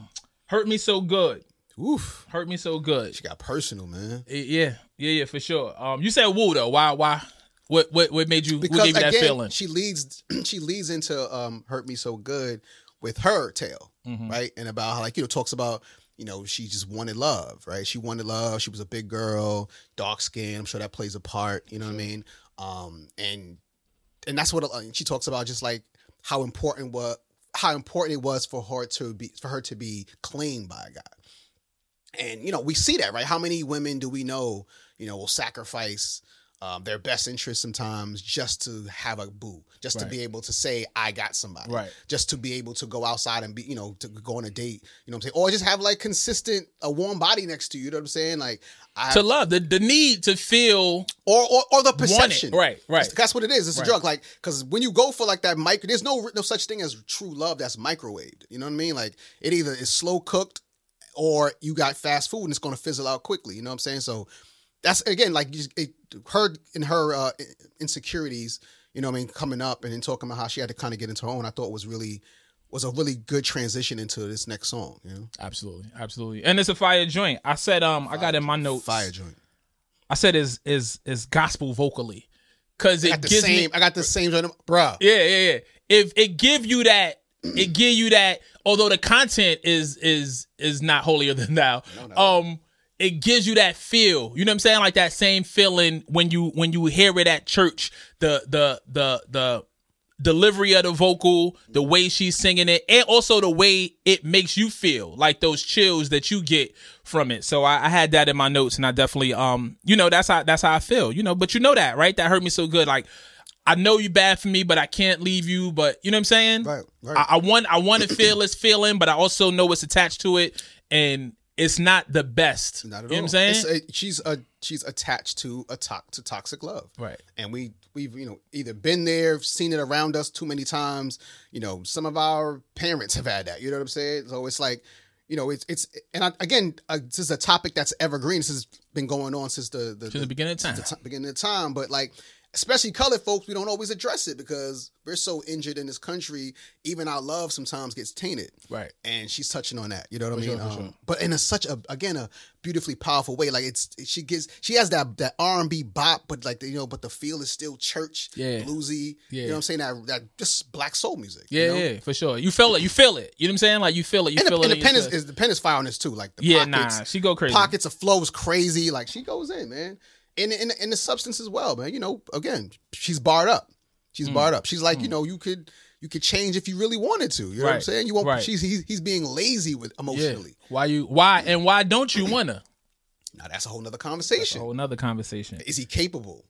[SPEAKER 4] (clears throat) hurt me so good.
[SPEAKER 5] Oof.
[SPEAKER 4] Hurt me so good.
[SPEAKER 5] She got personal, man.
[SPEAKER 4] Y- Yeah, yeah, yeah, for sure. Um, you said woo though. Why? Why? What? What? What made you?
[SPEAKER 5] because
[SPEAKER 4] what gave you
[SPEAKER 5] again,
[SPEAKER 4] that feeling?
[SPEAKER 5] she leads (clears throat) she leads into um, "Hurt Me So Good" with her tale,
[SPEAKER 4] Mm-hmm.
[SPEAKER 5] right? And about how like you know talks about you know she just wanted love, right? She wanted love. She was a big girl, dark skin. I'm sure that plays a part. You know what I mean? Um, and and that's what uh, she talks about. Just like how important what how important it was for her to be for her to be claimed by a guy. And you know, we see that, right? How many women do we know, you know, will sacrifice um, their best interest sometimes just to have a boo, just to
[SPEAKER 4] Right.
[SPEAKER 5] be able to say I got somebody,
[SPEAKER 4] Right.
[SPEAKER 5] Just to be able to go outside and be, you know, to go on a date, you know what I'm saying, or just have like consistent a warm body next to you, you know what I'm saying, like I
[SPEAKER 4] to love the, the need to feel
[SPEAKER 5] or or, or the perception,
[SPEAKER 4] Right, right.
[SPEAKER 5] That's- That's what it is. It's
[SPEAKER 4] Right.
[SPEAKER 5] a drug, like because when you go for like that micro, there's no no such thing as true love that's microwaved. You know what I mean? Like it either is slow cooked or you got fast food and it's going to fizzle out quickly. You know what I'm saying? So that's again like you- it, her and her uh, insecurities. You know what I mean? Coming up and then talking about how she had to kind of get into her own. I thought was really was a really good transition into this next song. You know,
[SPEAKER 4] absolutely absolutely and it's a fire joint i said um i got in my notes
[SPEAKER 5] fire joint.
[SPEAKER 4] i said is is is gospel vocally because
[SPEAKER 5] I
[SPEAKER 4] it
[SPEAKER 5] got the
[SPEAKER 4] gives me
[SPEAKER 5] same. I got the same joint, bruh.
[SPEAKER 4] Yeah, yeah, yeah. If it give you that, it give you that. Although the content is is is not holier (laughs) than thou. Um, it gives you that feel. You know what I'm saying? Like that same feeling when you when you hear it at church. The the the the delivery of the vocal, the way she's singing it, and also the way it makes you feel, like those chills that you get from it. So I, I had that in my notes, and I definitely, um, you know, that's how that's how I feel, you know. But you know that, right? That hurt me so good. Like, I know you bad for me, but I can't leave you. But you know what I'm saying?
[SPEAKER 5] Right, right.
[SPEAKER 4] I, I want I want to feel this feeling, but I also know what's attached to it, and it's not the best.
[SPEAKER 5] Not at
[SPEAKER 4] you know
[SPEAKER 5] all.
[SPEAKER 4] what I'm saying?
[SPEAKER 5] It's a- she's a she's attached to a to, to toxic love,
[SPEAKER 4] Right.
[SPEAKER 5] And we we've you know either been there, seen it around us too many times. You know, some of our parents have had that. You know what I'm saying? So it's like, you know, it's it's and I, again, uh, this is a topic that's evergreen. This has been going on since the the,
[SPEAKER 4] Since the beginning of time.
[SPEAKER 5] since the ti- beginning of time. But like. Especially colored folks, we don't always address it because we're so injured in this country. Even our love sometimes gets tainted
[SPEAKER 4] Right.
[SPEAKER 5] and she's touching on that. You know what I mean? Um, But in a such a again a beautifully powerful way. Like it's she gives she has that that R and B bop, but like you know, but the feel is still church,
[SPEAKER 4] Yeah.
[SPEAKER 5] bluesy.
[SPEAKER 4] Yeah.
[SPEAKER 5] You know what I'm saying? That that just black soul music.
[SPEAKER 4] Yeah,
[SPEAKER 5] you know?
[SPEAKER 4] yeah, for sure. You feel it. You feel it. You know what I'm saying? Like you feel it. You
[SPEAKER 5] And the,
[SPEAKER 4] feel
[SPEAKER 5] and
[SPEAKER 4] it.
[SPEAKER 5] the
[SPEAKER 4] in
[SPEAKER 5] pen is,
[SPEAKER 4] yourself.
[SPEAKER 5] is the pen is fire on this too. Like the
[SPEAKER 4] Yeah,
[SPEAKER 5] pockets,
[SPEAKER 4] nah, she go crazy.
[SPEAKER 5] Pockets of flow is crazy. Like she goes in, man, and and and the substance as well, man. You know, again, she's barred up. She's
[SPEAKER 4] Mm.
[SPEAKER 5] barred up. She's like, you know, you could you could change if you really wanted to. You know what I'm
[SPEAKER 4] Right,
[SPEAKER 5] saying? You won't.
[SPEAKER 4] right.
[SPEAKER 5] She's he's, he's being lazy with emotionally.
[SPEAKER 4] Yeah. Why you? Why and why don't you wanna?
[SPEAKER 5] Now that's a whole nother conversation.
[SPEAKER 4] Whole another conversation.
[SPEAKER 5] Is he capable?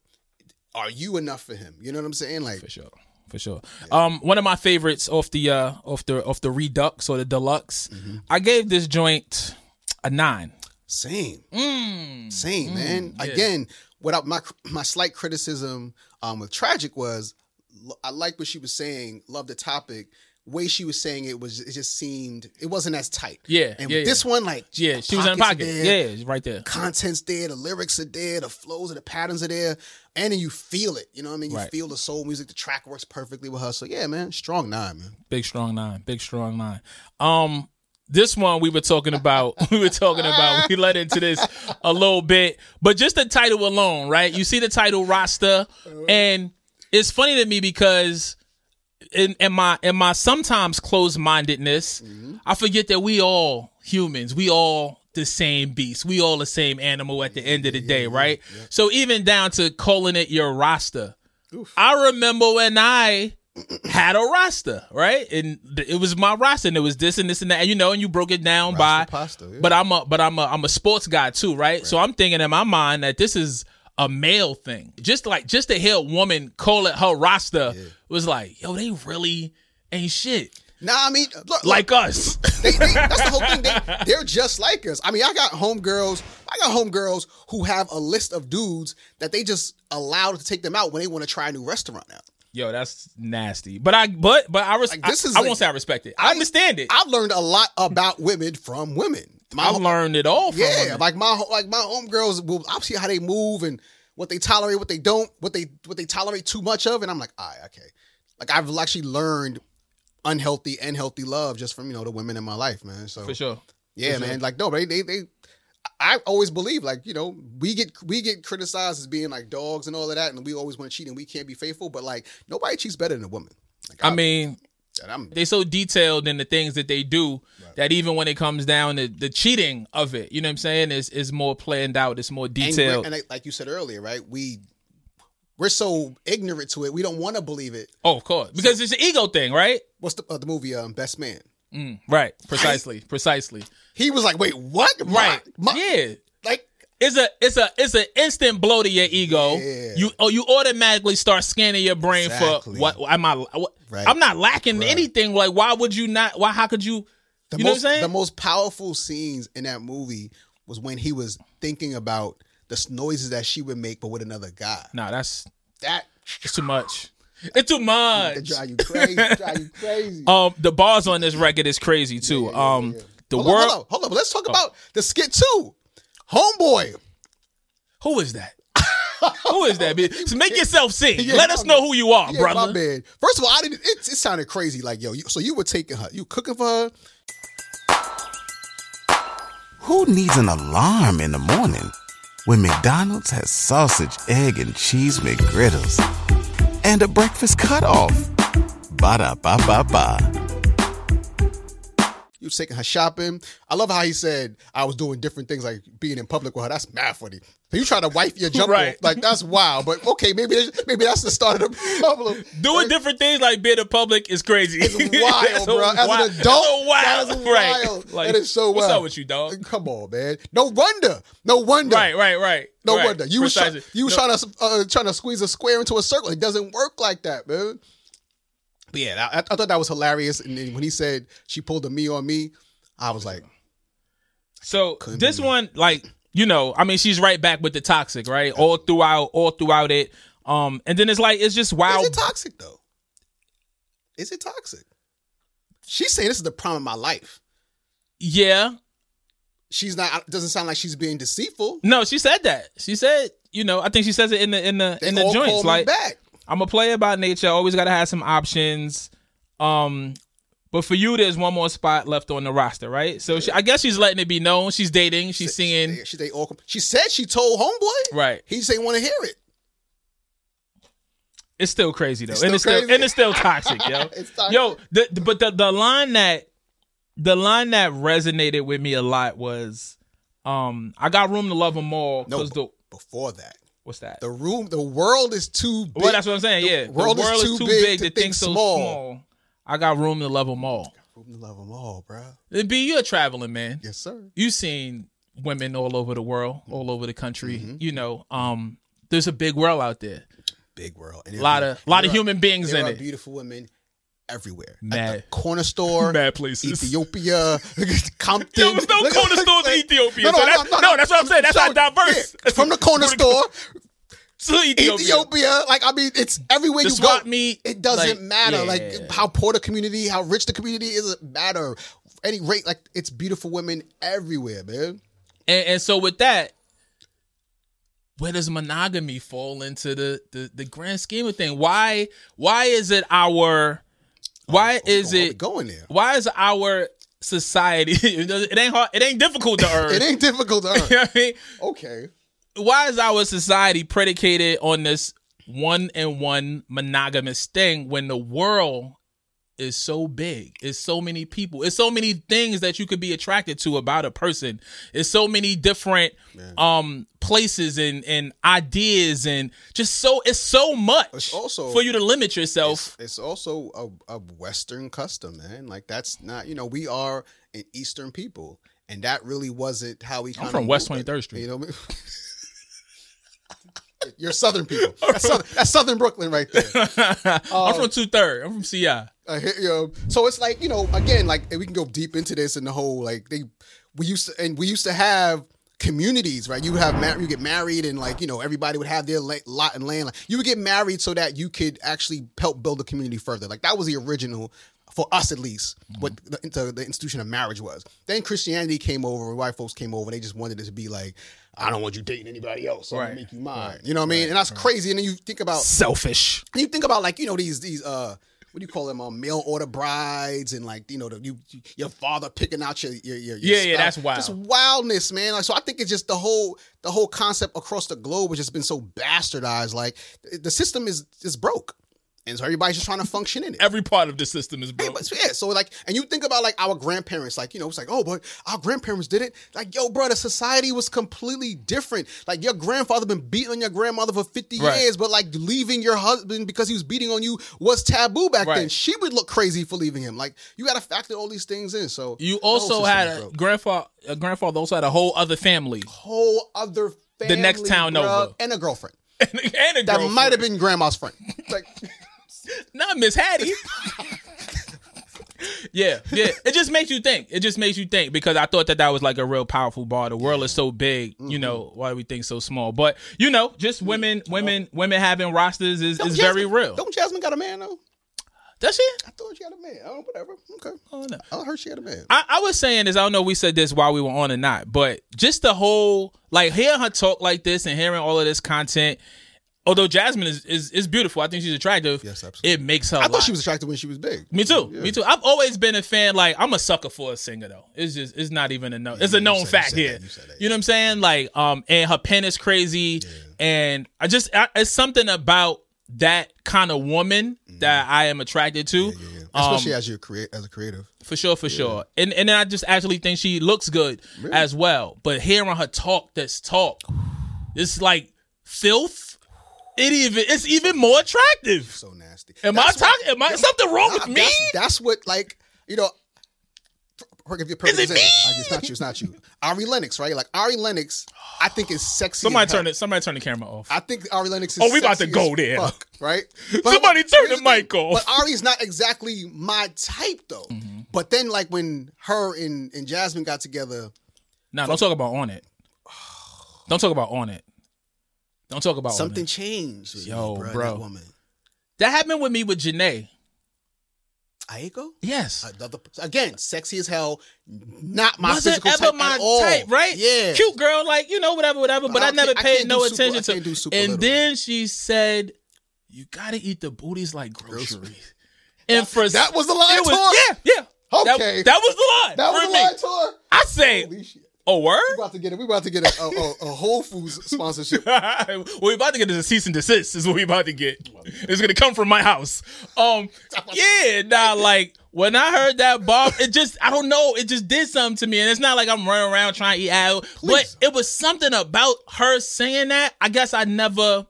[SPEAKER 5] Are you enough for him? You know what I'm saying? Like,
[SPEAKER 4] For sure. For sure. Um, one of my favorites off the uh off the off the Redux or the Deluxe. I gave this joint a nine.
[SPEAKER 5] same,
[SPEAKER 4] Mm.
[SPEAKER 5] same, man. Again, without my my slight criticism um, with tragic was, l- I like what she was saying. Love the topic. Way she was saying it was, it just seemed it wasn't as tight.
[SPEAKER 4] Yeah,
[SPEAKER 5] and
[SPEAKER 4] yeah,
[SPEAKER 5] with this
[SPEAKER 4] yeah.
[SPEAKER 5] one, like,
[SPEAKER 4] Yeah,
[SPEAKER 5] the
[SPEAKER 4] she was in the
[SPEAKER 5] pockets
[SPEAKER 4] pocket.
[SPEAKER 5] are there,
[SPEAKER 4] Yeah, it's right there.
[SPEAKER 5] content's there, the lyrics are there, the flows and the patterns are there, and then you feel it. You know what I mean? You
[SPEAKER 4] Right.
[SPEAKER 5] feel the soul music. The track works perfectly with her. So yeah, man, strong nine, man.
[SPEAKER 4] Big strong nine. Big strong nine. Um this one we were talking about. (laughs) We were talking about. We led into this a little bit, but just the title alone, right? You see the title roster, and it's funny to me because in, in my in my sometimes closed mindedness, I forget that we all humans, we all the same beast, we all the same animal at the end of the day, right? So even down to calling it your roster, I remember when I had a roster, right? And th- it was my roster, and it was this and this and that, and you know, and you broke it down by.
[SPEAKER 5] pasta, yeah.
[SPEAKER 4] But I'm a but I'm a I'm a sports guy too, right? So I'm thinking in my mind that this is a male thing. Just like just to hear a woman call it her roster was like, yo, they really ain't shit
[SPEAKER 5] Nah, I mean, look, look,
[SPEAKER 4] like us. (laughs)
[SPEAKER 5] they, they, that's the whole thing. They, they're just like us. I mean, I got homegirls. I got homegirls who have a list of dudes that they just allow to take them out when they want to try a new restaurant out.
[SPEAKER 4] yo, that's nasty. But I but but I res-
[SPEAKER 5] Like, this
[SPEAKER 4] I,
[SPEAKER 5] is
[SPEAKER 4] I
[SPEAKER 5] like-
[SPEAKER 4] won't say I respect it. I, understand it. I,
[SPEAKER 5] I've learned a lot about women from women. My
[SPEAKER 4] have learned it all from
[SPEAKER 5] yeah,
[SPEAKER 4] women.
[SPEAKER 5] like my ho- like my homegirls will I see how they move and what they tolerate, what they don't, what they what they tolerate too much of, and I'm like, ah, okay. Like I've actually learned unhealthy and healthy love just from you know the women in my life, man. So
[SPEAKER 4] for sure.
[SPEAKER 5] Yeah, man. Like no, they they they. I always believe like you know we get we get criticized as being like dogs and all of that, and we always want to cheat and we can't be faithful. But like nobody cheats better than a woman. Like,
[SPEAKER 4] I mean,
[SPEAKER 5] and I'm
[SPEAKER 4] they so detailed in the things that they do that even when it comes down to the cheating of it, you know what I'm saying, is is more planned out, it's more
[SPEAKER 5] and,
[SPEAKER 4] detailed.
[SPEAKER 5] and like- like you said earlier, right? We we're so ignorant to it. We don't want to believe it.
[SPEAKER 4] Oh, of course, because it's an ego thing, right?
[SPEAKER 5] What's the uh, the movie? Um, Best Man.
[SPEAKER 4] Right. Precisely. Precisely.
[SPEAKER 5] He was like, wait, what? My-
[SPEAKER 4] Right.
[SPEAKER 5] my-
[SPEAKER 4] yeah.
[SPEAKER 5] Like,
[SPEAKER 4] It's a it's a it's an instant blow to your ego.
[SPEAKER 5] Yeah.
[SPEAKER 4] You oh you automatically start scanning your brain
[SPEAKER 5] Exactly.
[SPEAKER 4] for what am I? What,
[SPEAKER 5] Right.
[SPEAKER 4] I'm not lacking anything. Like why would you not? Why how could you?
[SPEAKER 5] the
[SPEAKER 4] you know
[SPEAKER 5] most
[SPEAKER 4] what I'm saying?
[SPEAKER 5] the most powerful scenes in that movie was when he was thinking about the s- noises that she would make, but with another guy.
[SPEAKER 4] nah, that's
[SPEAKER 5] That
[SPEAKER 4] it's too much. It's too
[SPEAKER 5] that
[SPEAKER 4] much.
[SPEAKER 5] drive you crazy. drive you
[SPEAKER 4] (laughs)
[SPEAKER 5] crazy.
[SPEAKER 4] Um, the bars on this record is crazy too. um, the
[SPEAKER 5] hold
[SPEAKER 4] world. Oh.
[SPEAKER 5] on, hold on, hold on. Let's talk about the skit too. Homeboy.
[SPEAKER 4] Who is
[SPEAKER 5] (laughs)
[SPEAKER 4] that? who is that? Bitch? So make yourself sing. Let
[SPEAKER 5] my
[SPEAKER 4] us know
[SPEAKER 5] bad.
[SPEAKER 4] who you are,
[SPEAKER 5] Yeah, my
[SPEAKER 4] brother.
[SPEAKER 5] bad. First of all, I didn't. It, it sounded crazy. Like yo, you, so you were taking her, you cooking for her.
[SPEAKER 2] Who needs an alarm in the morning when McDonald's has sausage, egg, and cheese McGriddles and a breakfast cutoff? Ba da ba ba ba.
[SPEAKER 5] You was taking her shopping. I love how he said I was doing different things, like being in public with her. That's mad funny. So you try to wipe
[SPEAKER 4] (laughs)
[SPEAKER 5] your jump
[SPEAKER 4] Right.
[SPEAKER 5] off, like that's wild. But okay, maybe that's- maybe that's the (laughs) start of the problem.
[SPEAKER 4] Doing
[SPEAKER 5] Like,
[SPEAKER 4] different things like being in public is crazy. (laughs) It's
[SPEAKER 5] wild, bro. As
[SPEAKER 4] (laughs)
[SPEAKER 5] an adult, that is
[SPEAKER 4] right.
[SPEAKER 5] wild. That is so
[SPEAKER 4] What's up
[SPEAKER 5] wild.
[SPEAKER 4] with you, dog?
[SPEAKER 5] Come on, man. No wonder. No wonder.
[SPEAKER 4] Right, right, right.
[SPEAKER 5] No
[SPEAKER 4] right.
[SPEAKER 5] wonder. You was try,
[SPEAKER 4] Precisely.
[SPEAKER 5] you was
[SPEAKER 4] No,
[SPEAKER 5] trying to uh, trying to squeeze a square into a circle. It doesn't work like that, man. But yeah, I, I thought that was hilarious. And then when he said she pulled a me on me, I was like,
[SPEAKER 4] So this one, like you know, I mean, she's right back with the toxic, right? All throughout, all throughout it. Um, and then it's like it's just
[SPEAKER 5] is
[SPEAKER 4] wild.
[SPEAKER 5] it toxic though? Is it toxic? She's saying this is the prime of my life.
[SPEAKER 4] yeah.
[SPEAKER 5] She's not. Doesn't sound like she's being deceitful.
[SPEAKER 4] No, she said that. She said, you know, I think she says it in the in the
[SPEAKER 5] They
[SPEAKER 4] in the
[SPEAKER 5] all
[SPEAKER 4] joints.
[SPEAKER 5] called
[SPEAKER 4] Like
[SPEAKER 5] me back.
[SPEAKER 4] I'm a player by nature. Always gotta have some options. Um, but for you, there's one more spot left on the roster, right? So she, I guess she's letting it be known. She's dating. She's seeing.
[SPEAKER 5] They- She, they all. She said she told homeboy.
[SPEAKER 4] Right.
[SPEAKER 5] He just ain't want to hear it.
[SPEAKER 4] It's still crazy though,
[SPEAKER 5] It's
[SPEAKER 4] and
[SPEAKER 5] still
[SPEAKER 4] it's still
[SPEAKER 5] crazy?
[SPEAKER 4] and it's still toxic, yo.
[SPEAKER 5] (laughs) It's toxic.
[SPEAKER 4] Yo, the, the- but the the line that the line that resonated with me a lot was, um, I got room to love them all
[SPEAKER 5] No.
[SPEAKER 4] because the
[SPEAKER 5] Before that,
[SPEAKER 4] what's that?
[SPEAKER 5] the room, the world is too. Big.
[SPEAKER 4] well, that's what I'm saying.
[SPEAKER 5] The
[SPEAKER 4] yeah,
[SPEAKER 5] world
[SPEAKER 4] the
[SPEAKER 5] is
[SPEAKER 4] world
[SPEAKER 5] too big to think small.
[SPEAKER 4] I got room to love them all.
[SPEAKER 5] Room to love them all, bro.
[SPEAKER 4] And B, you're a traveling man.
[SPEAKER 5] Yes, sir.
[SPEAKER 4] You've seen women all over the world, all over the country.
[SPEAKER 5] Mm-hmm.
[SPEAKER 4] You know, um, there's a big world out there.
[SPEAKER 5] Big world. And
[SPEAKER 4] A lot of lot of human beings
[SPEAKER 5] there
[SPEAKER 4] in
[SPEAKER 5] are
[SPEAKER 4] it.
[SPEAKER 5] beautiful women everywhere. At the
[SPEAKER 4] Mad.
[SPEAKER 5] corner
[SPEAKER 4] (laughs)
[SPEAKER 5] store,
[SPEAKER 4] Mad places.
[SPEAKER 5] Ethiopia, (laughs) Compton.
[SPEAKER 4] There was no
[SPEAKER 5] Look-
[SPEAKER 4] corner stores in
[SPEAKER 5] like-
[SPEAKER 4] Ethiopia. so that's, no, that's what I'm saying. That's
[SPEAKER 5] So,
[SPEAKER 4] how diverse.
[SPEAKER 5] yeah, from
[SPEAKER 4] (laughs)
[SPEAKER 5] the corner store,
[SPEAKER 4] to Ethiopia.
[SPEAKER 5] Ethiopia. Like I mean, it's everywhere
[SPEAKER 4] The
[SPEAKER 5] you
[SPEAKER 4] swap
[SPEAKER 5] go.
[SPEAKER 4] meet,
[SPEAKER 5] it doesn't
[SPEAKER 4] like,
[SPEAKER 5] matter.
[SPEAKER 4] yeah.
[SPEAKER 5] Like how poor the community, how rich the community is, it doesn't matter. Any rate, like it's beautiful women everywhere, man.
[SPEAKER 4] And, and so with that, where does monogamy fall into the, the the grand scheme of thing? Why why is it our why is
[SPEAKER 5] Why Oh, we
[SPEAKER 4] it
[SPEAKER 5] going there?
[SPEAKER 4] why is our society (laughs) it doesn't- it ain't hard it ain't difficult to earn.
[SPEAKER 5] (laughs) It ain't difficult to
[SPEAKER 4] (laughs) You
[SPEAKER 5] earn.
[SPEAKER 4] know what I mean?
[SPEAKER 5] okay.
[SPEAKER 4] why is our society predicated on this one and one monogamous thing when the world is so big it's so many people it's so many things that you could be attracted to about a person it's so many different um places and and ideas and just so it's so much
[SPEAKER 5] It's also-
[SPEAKER 4] for you to limit yourself
[SPEAKER 5] It's also a, a Western custom, man. Like that's not, you know, we are an Eastern people, and that really wasn't how we. kinda
[SPEAKER 4] from West
[SPEAKER 5] moved it.
[SPEAKER 4] 23rd Street.
[SPEAKER 5] You know. What I mean? (laughs) You're Southern people. That's Southern, that's Southern Brooklyn right there.
[SPEAKER 4] i'm from two-third i'm from ci
[SPEAKER 5] Uh, here, you know, so it's like you know, again, like and we can go deep into this and the whole like they we used to and we used to have communities, right? You would have mar- you get married and like you know everybody would have their la- lot and land. Like, you would get married so that you could actually help build the community further. Like that was the original. For us, at least,
[SPEAKER 4] Mm-hmm.
[SPEAKER 5] what the, the, the institution of marriage was. Then Christianity came over, white folks came over. They just wanted it to be like, I don't want you dating anybody else. So I'm
[SPEAKER 4] Right.
[SPEAKER 5] gonna make you mine. You know what I mean? And that's crazy. And then you think about
[SPEAKER 4] selfish
[SPEAKER 5] and you think about like you know these these uh what do you call them um, mail order brides and like you know the, you your father picking out your your, your, your
[SPEAKER 4] Yeah, yeah,
[SPEAKER 5] spouse.
[SPEAKER 4] that's wild.
[SPEAKER 5] just wildness man like so I think it's just the whole the whole concept across the globe has just been so bastardized like the the system is is broke and so everybody's just trying to function in it.
[SPEAKER 4] Every part of the system is
[SPEAKER 5] Hey,
[SPEAKER 4] broke.
[SPEAKER 5] but so, yeah, so like, and you think about like our grandparents, like you know, it's like, oh, but our grandparents did it. Like, yo, bro, the society was completely different. Like, your grandfather been beating on your grandmother for fifty
[SPEAKER 4] Right.
[SPEAKER 5] years, but like leaving your husband because he was beating on you was taboo back then.
[SPEAKER 4] Right.
[SPEAKER 5] She would look crazy for leaving him. Like, you got to factor all these things in. So Oh,
[SPEAKER 4] You
[SPEAKER 5] the whole
[SPEAKER 4] also
[SPEAKER 5] system
[SPEAKER 4] had
[SPEAKER 5] was
[SPEAKER 4] a
[SPEAKER 5] broke.
[SPEAKER 4] grandfather. A grandfather also had a whole other family (laughs)
[SPEAKER 5] whole other family,
[SPEAKER 4] next town
[SPEAKER 5] bruh,
[SPEAKER 4] over.
[SPEAKER 5] and a girlfriend
[SPEAKER 4] and a
[SPEAKER 5] that
[SPEAKER 4] girlfriend.
[SPEAKER 5] might have been grandma's
[SPEAKER 4] (laughs)
[SPEAKER 5] friend. Like,
[SPEAKER 4] not Miss
[SPEAKER 5] (laughs)
[SPEAKER 4] Hattie. yeah, yeah. It just makes you think. It just makes you think because I thought that that was like a real powerful bar. The world is so big, you know. Why do we think so small? But you know, just women, women, women having rosters is, is very
[SPEAKER 5] Jasmine-
[SPEAKER 4] real.
[SPEAKER 5] Don't Jasmine got a man though?
[SPEAKER 4] Does she?
[SPEAKER 5] I thought she had a man. Oh, whatever. Okay.
[SPEAKER 4] Oh, no.
[SPEAKER 5] I heard she had a man.
[SPEAKER 4] I, I was saying this. I don't know. if We said this while we were on or not, but just the whole like hearing her talk like this and hearing all of this content. Although Jasmine is is, is beautiful, I think she's attractive.
[SPEAKER 5] Yes, absolutely.
[SPEAKER 4] It makes her.
[SPEAKER 5] I thought she was attractive when she was big.
[SPEAKER 4] Me too. Me too. I've always been a fan. Like I'm a sucker for a singer though. It's just it's not even a no. it's a
[SPEAKER 5] you
[SPEAKER 4] known
[SPEAKER 5] said- you
[SPEAKER 4] fact
[SPEAKER 5] said
[SPEAKER 4] here.
[SPEAKER 5] that, you said that,
[SPEAKER 4] you know what I'm saying? Like um, and her pen is crazy, and I just I, it's something about that kind of woman
[SPEAKER 5] Mm.
[SPEAKER 4] that I am attracted to. Um,
[SPEAKER 5] Especially as you create as a creative.
[SPEAKER 4] for sure, for sure. And and then I just actually think she looks good as well. But hearing her talk, this talk, it's like filth. It even it's even more attractive.
[SPEAKER 5] So nasty.
[SPEAKER 4] Am
[SPEAKER 5] That's
[SPEAKER 4] I
[SPEAKER 5] what-
[SPEAKER 4] talking? Am I something wrong with
[SPEAKER 5] Nah,
[SPEAKER 4] me?
[SPEAKER 5] That's, that's what like you know. I'll give you a perfect
[SPEAKER 4] Is it
[SPEAKER 5] example.
[SPEAKER 4] me?
[SPEAKER 5] Like, it's not you. It's not you. Ari Lennox, right? Like Ari Lennox, I think is sexy.
[SPEAKER 4] Somebody
[SPEAKER 5] as hell.
[SPEAKER 4] turn it. Somebody turn the camera off.
[SPEAKER 5] I think Ari Lennox is.
[SPEAKER 4] Oh, we about to
[SPEAKER 5] sexy
[SPEAKER 4] go
[SPEAKER 5] as
[SPEAKER 4] there.
[SPEAKER 5] fuck,
[SPEAKER 4] (laughs)
[SPEAKER 5] right?
[SPEAKER 4] Somebody turn
[SPEAKER 5] here's
[SPEAKER 4] the
[SPEAKER 5] thing.
[SPEAKER 4] mic off. Mm-hmm.
[SPEAKER 5] But Ari's not exactly my type though. But then, like when her and, and Jasmine got together,
[SPEAKER 4] No, don't talk about on it. Don't talk about on it. Don't talk about
[SPEAKER 5] something
[SPEAKER 4] On it.
[SPEAKER 5] changed. with me,
[SPEAKER 4] Yo,
[SPEAKER 5] bruh,
[SPEAKER 4] bro.
[SPEAKER 5] that woman
[SPEAKER 4] That happened with me with Janae.
[SPEAKER 5] Aiko.
[SPEAKER 4] Yes.
[SPEAKER 5] Another again, sexy as hell. Not my
[SPEAKER 4] Wasn't
[SPEAKER 5] physical
[SPEAKER 4] ever
[SPEAKER 5] type
[SPEAKER 4] my
[SPEAKER 5] at all.
[SPEAKER 4] type, right?
[SPEAKER 5] Yeah,
[SPEAKER 4] Cute girl, like you know, whatever, whatever. But, I,
[SPEAKER 5] I can't-
[SPEAKER 4] never
[SPEAKER 5] I
[SPEAKER 4] paid
[SPEAKER 5] can't
[SPEAKER 4] no
[SPEAKER 5] do super-
[SPEAKER 4] attention
[SPEAKER 5] I
[SPEAKER 4] to.
[SPEAKER 5] can't do super
[SPEAKER 4] and
[SPEAKER 5] little.
[SPEAKER 4] then she said, "You gotta eat the booties like groceries." And for
[SPEAKER 5] That was the line
[SPEAKER 4] it
[SPEAKER 5] Tor?
[SPEAKER 4] was, yeah, yeah. That-
[SPEAKER 5] Okay.
[SPEAKER 4] that, was the line.
[SPEAKER 5] That was
[SPEAKER 4] for
[SPEAKER 5] the
[SPEAKER 4] me.
[SPEAKER 5] line tour.
[SPEAKER 4] I say,
[SPEAKER 5] Holy shit.
[SPEAKER 4] "Oh, word."
[SPEAKER 5] We about to get it. We about to get a, a, a, a Whole
[SPEAKER 4] (laughs)
[SPEAKER 5] Foods sponsorship.
[SPEAKER 4] we're about to get a cease and desist is what we're about to get it's gonna come from my house um yeah nah like when i heard that bob it just i don't know it just did something to me and it's not like i'm running around trying to eat out but it was something about her saying that i guess i never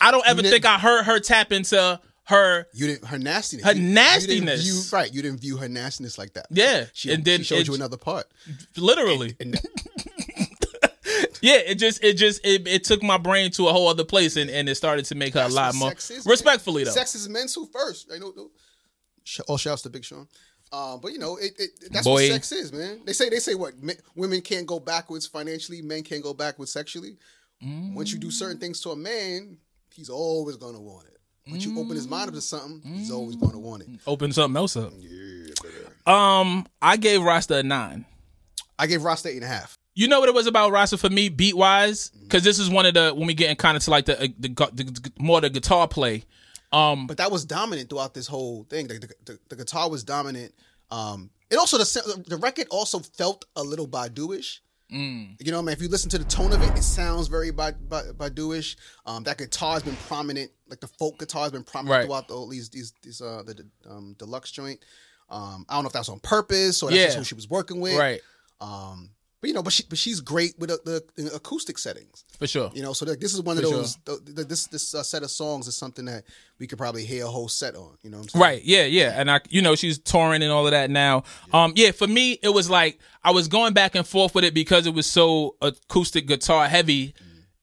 [SPEAKER 4] i don't ever
[SPEAKER 5] You
[SPEAKER 4] think i heard her tap into her
[SPEAKER 5] (laughs) You didn't her nastiness.
[SPEAKER 4] Her
[SPEAKER 5] You- you didn't
[SPEAKER 4] nastiness.
[SPEAKER 5] view- right. You didn't view her nastiness like that.
[SPEAKER 4] Yeah,
[SPEAKER 5] She,
[SPEAKER 4] and then
[SPEAKER 5] she showed
[SPEAKER 4] it-
[SPEAKER 5] you another part.
[SPEAKER 4] literally
[SPEAKER 5] And (laughs)
[SPEAKER 4] yeah it just it just it, it took my brain to a whole other place and, and it started to make her a lot
[SPEAKER 5] what
[SPEAKER 4] more
[SPEAKER 5] sex is, man.
[SPEAKER 4] respectfully though
[SPEAKER 5] sex is mental first. I know. know. Sh- All shouts to Big Sean. Um, but you know, it, it that's
[SPEAKER 4] Boy.
[SPEAKER 5] what sex is, man. They say they say what men, women can't go backwards financially, men can't go backwards sexually. Once
[SPEAKER 4] Mm.
[SPEAKER 5] you do certain things to a man, he's always gonna want it. Once you open his mind up to something,
[SPEAKER 4] Mm.
[SPEAKER 5] he's always gonna want it.
[SPEAKER 4] open something else up. Um, I gave Rasta a nine.
[SPEAKER 5] I gave Rasta eight and a half.
[SPEAKER 4] You know what it was about Rasta for me, beat wise, because this is one of the when we getting kind of to like the, uh, the, gu- the, the more the guitar play. Um,
[SPEAKER 5] But that was dominant throughout this whole thing. The, the, the, the guitar was dominant. Um, it also the sa- the record also felt a little Badu-ish.
[SPEAKER 4] Mm.
[SPEAKER 5] You know, I mean, if you listen to the tone of it, it sounds very Ba- Ba- Badu-ish. Um, that guitar has been prominent, like the folk guitar has been prominent
[SPEAKER 4] Right.
[SPEAKER 5] throughout the, all these these these uh the, the um, deluxe joint. Um, I don't know if that's on purpose or that's
[SPEAKER 4] Yeah.
[SPEAKER 5] just who she was working with.
[SPEAKER 4] right,
[SPEAKER 5] Um, but you know, but she but she's great with the, the, the acoustic settings.
[SPEAKER 4] for sure.
[SPEAKER 5] You know, so like, this is one of
[SPEAKER 4] For
[SPEAKER 5] those. th- th- this this uh, set of songs is something that we could probably hear a whole set on. You know, what I'm saying?
[SPEAKER 4] Right, yeah, yeah, and I, you know, she's touring and all of that now. Um, yeah, for me, it was like I was going back and forth with it because it was so acoustic guitar heavy,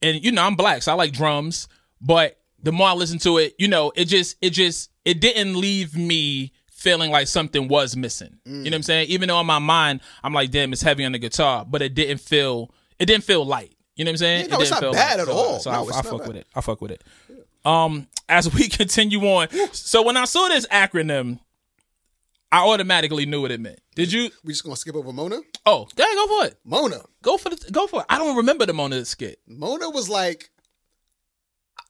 [SPEAKER 4] and you know, I'm black, so I like drums. But the more I listen to it, you know, it just, it just, it didn't leave me feeling like something was missing. You know what I'm saying? Even though in my mind, I'm like, damn, it's heavy on the guitar, but it didn't feel, it didn't feel light. You know what I'm saying?
[SPEAKER 5] Yeah, no,
[SPEAKER 4] It
[SPEAKER 5] it's
[SPEAKER 4] didn't
[SPEAKER 5] not
[SPEAKER 4] feel
[SPEAKER 5] bad at
[SPEAKER 4] so- uh,
[SPEAKER 5] all.
[SPEAKER 4] So
[SPEAKER 5] No,
[SPEAKER 4] I,
[SPEAKER 5] it's
[SPEAKER 4] I
[SPEAKER 5] not
[SPEAKER 4] fuck
[SPEAKER 5] bad.
[SPEAKER 4] with it. I fuck with it. Um, as we (laughs) continue on, so when I saw this acronym, I automatically knew what it meant. Did you?
[SPEAKER 5] We just gonna skip over Mona.
[SPEAKER 4] Oh, yeah, go for it.
[SPEAKER 5] Mona.
[SPEAKER 4] Go for the go for it. I don't remember the Mona skit.
[SPEAKER 5] Mona was like,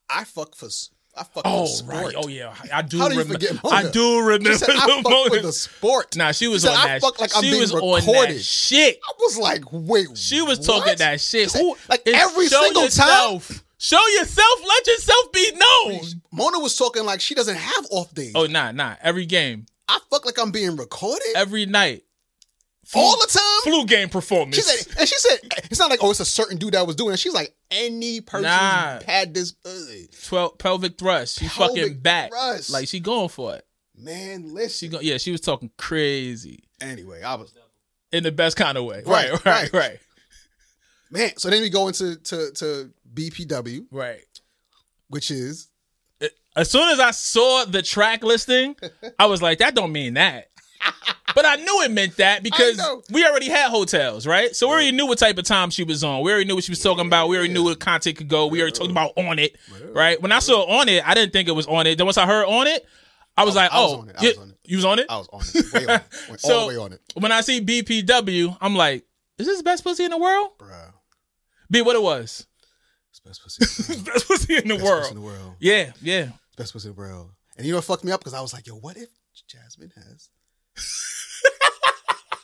[SPEAKER 5] I, I fuck for. s- I fuck for sport.
[SPEAKER 4] Oh yeah, I do.
[SPEAKER 5] How do you
[SPEAKER 4] remember-
[SPEAKER 5] forget Mona?
[SPEAKER 4] I do remember
[SPEAKER 5] She said, I
[SPEAKER 4] the
[SPEAKER 5] fuck for
[SPEAKER 4] (laughs) Mona.
[SPEAKER 5] the sport.
[SPEAKER 4] Nah, she was
[SPEAKER 5] said,
[SPEAKER 4] on
[SPEAKER 5] "I
[SPEAKER 4] that.
[SPEAKER 5] fuck like I'm
[SPEAKER 4] she
[SPEAKER 5] being
[SPEAKER 4] was on that
[SPEAKER 5] recorded."
[SPEAKER 4] shit.
[SPEAKER 5] I was like, wait.
[SPEAKER 4] She was talking
[SPEAKER 5] what?
[SPEAKER 4] that shit.
[SPEAKER 5] She said,
[SPEAKER 4] Who-
[SPEAKER 5] like
[SPEAKER 4] it's-
[SPEAKER 5] every
[SPEAKER 4] show
[SPEAKER 5] single
[SPEAKER 4] yourself.
[SPEAKER 5] time.
[SPEAKER 4] Show yourself. Let yourself be known.
[SPEAKER 5] Mona was talking like she doesn't have off days.
[SPEAKER 4] Oh, nah, nah. Every game,
[SPEAKER 5] I fuck like I'm being recorded
[SPEAKER 4] every night,
[SPEAKER 5] all the time.
[SPEAKER 4] flu game performance.
[SPEAKER 5] She said, and she said, it's not like oh, it's a certain dude that was doing it. She's like, any person
[SPEAKER 4] Nah.
[SPEAKER 5] had this. uh, ugh.
[SPEAKER 4] 12 pelvic thrust. She
[SPEAKER 5] Pelvic
[SPEAKER 4] fucking back.
[SPEAKER 5] thrust.
[SPEAKER 4] Like she going for it.
[SPEAKER 5] Man,
[SPEAKER 4] She
[SPEAKER 5] listen.
[SPEAKER 4] go- yeah, she was talking crazy
[SPEAKER 5] anyway, I was
[SPEAKER 4] in the best kind of way. (laughs) Right,
[SPEAKER 5] Right,
[SPEAKER 4] right,
[SPEAKER 5] right.
[SPEAKER 4] right,
[SPEAKER 5] man. So then we go into to to BPW,
[SPEAKER 4] right.
[SPEAKER 5] which is
[SPEAKER 4] As soon as I saw the track listing, I was like, that don't mean that. But I knew it meant that because
[SPEAKER 5] know.
[SPEAKER 4] we already had hotels, right? So we already knew what type of time she was on. We already knew what she was talking about. We already knew what content could go. We already talked about on it, right? When I saw on it, I didn't think it was on it. Then once I heard on it, I was like,
[SPEAKER 5] I was
[SPEAKER 4] oh,
[SPEAKER 5] on it. I
[SPEAKER 4] yeah,
[SPEAKER 5] was on it.
[SPEAKER 4] you was on it?
[SPEAKER 5] I was on it, way on it.
[SPEAKER 4] (laughs)
[SPEAKER 5] Went all the way on it,
[SPEAKER 4] When I see BPW, I'm like, is this the best pussy in the world?
[SPEAKER 5] Bruh.
[SPEAKER 4] Be what it was.
[SPEAKER 5] It's best pussy in the world.
[SPEAKER 4] Best pussy in the
[SPEAKER 5] (laughs) Best
[SPEAKER 4] world.
[SPEAKER 5] pussy in the world.
[SPEAKER 4] Yeah, yeah. (laughs)
[SPEAKER 5] Best pussy in the world. And you know what fucked me up because I was like, yo, what if Jasmine has?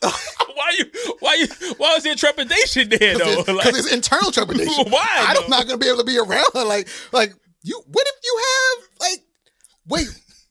[SPEAKER 4] Why you? Why you? Why was there trepidation there though?
[SPEAKER 5] Because
[SPEAKER 4] (laughs)
[SPEAKER 5] it's,
[SPEAKER 4] Like,
[SPEAKER 5] (laughs) 'cause it's internal
[SPEAKER 4] (laughs)
[SPEAKER 5] trepidation.
[SPEAKER 4] Why, though?
[SPEAKER 5] I'm not gonna be able to be around her. Like, like you. What if you have like, wait,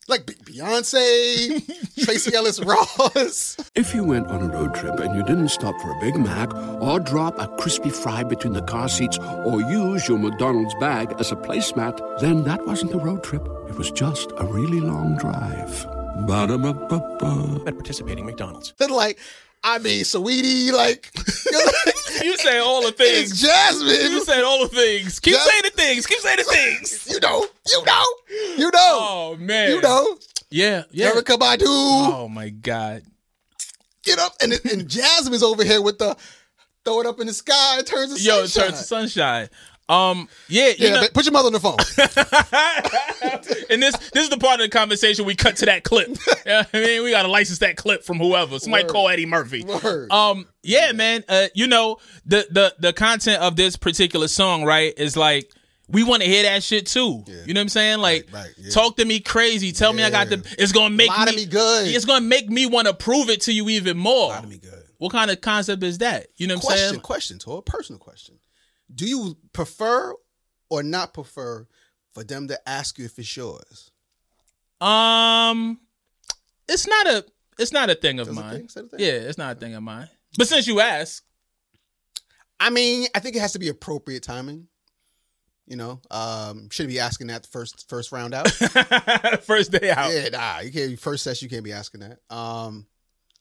[SPEAKER 5] like Be-
[SPEAKER 4] (laughs)
[SPEAKER 5] Beyonce, Tracy Ellis Ross? (laughs)
[SPEAKER 1] If you went on a road trip and you didn't stop for a Big Mac or drop a crispy fry between the car seats or use your McDonald's bag as a placemat, then that wasn't a road trip. It was just a really long drive. Ba-da-ba-ba-ba.
[SPEAKER 6] at participating McDonald's.
[SPEAKER 5] Then like, I mean, Sweetie, like,
[SPEAKER 4] (laughs) you say all the things.
[SPEAKER 5] it's Jasmine.
[SPEAKER 4] You said all the things. Keep
[SPEAKER 5] Yeah.
[SPEAKER 4] saying the things. Keep saying the things.
[SPEAKER 5] You know, you know, you know,
[SPEAKER 4] Oh man.
[SPEAKER 5] you know.
[SPEAKER 4] Yeah. Yeah.
[SPEAKER 5] Erica Badu,
[SPEAKER 4] Oh my god.
[SPEAKER 5] get up, and and Jasmine's over here with the throw it up in the sky, it turns to
[SPEAKER 4] Yo, it
[SPEAKER 5] sunshine.
[SPEAKER 4] turns to sunshine. Um. Yeah. You
[SPEAKER 5] yeah,
[SPEAKER 4] know,
[SPEAKER 5] but put your mother on the phone.
[SPEAKER 4] and this this is the part of the conversation we cut to that clip.
[SPEAKER 5] (laughs)
[SPEAKER 4] You know what I mean, we gotta license that clip from whoever. Somebody
[SPEAKER 5] Word.
[SPEAKER 4] call Eddie Murphy.
[SPEAKER 5] Word.
[SPEAKER 4] Um, yeah, man. Uh, you know the the the content of this particular song, right? Is like we want to hear that shit too. You know what I'm saying? Like,
[SPEAKER 5] Right, right, yeah.
[SPEAKER 4] talk to me crazy. Tell me I got the. It's gonna make
[SPEAKER 5] Lie to
[SPEAKER 4] me,
[SPEAKER 5] me good.
[SPEAKER 4] It's gonna make me want to prove it to you even more.
[SPEAKER 5] That'd be good.
[SPEAKER 4] What kind of concept is that? You know what I'm
[SPEAKER 5] question,
[SPEAKER 4] saying?
[SPEAKER 5] question, to a personal question. Do you prefer or not prefer for them to ask you if it's yours?
[SPEAKER 4] Um, it's not a it's not a thing of
[SPEAKER 5] Is it a
[SPEAKER 4] mine.
[SPEAKER 5] thing? Is that a thing?
[SPEAKER 4] Yeah, it's not a thing of mine. But since you ask,
[SPEAKER 5] I mean, I think it has to be appropriate timing. You know, um, shouldn't be asking that first first
[SPEAKER 4] (laughs)
[SPEAKER 5] round out.
[SPEAKER 4] first day out.
[SPEAKER 5] yeah, nah, you can't. First session, you can't be asking that. Um,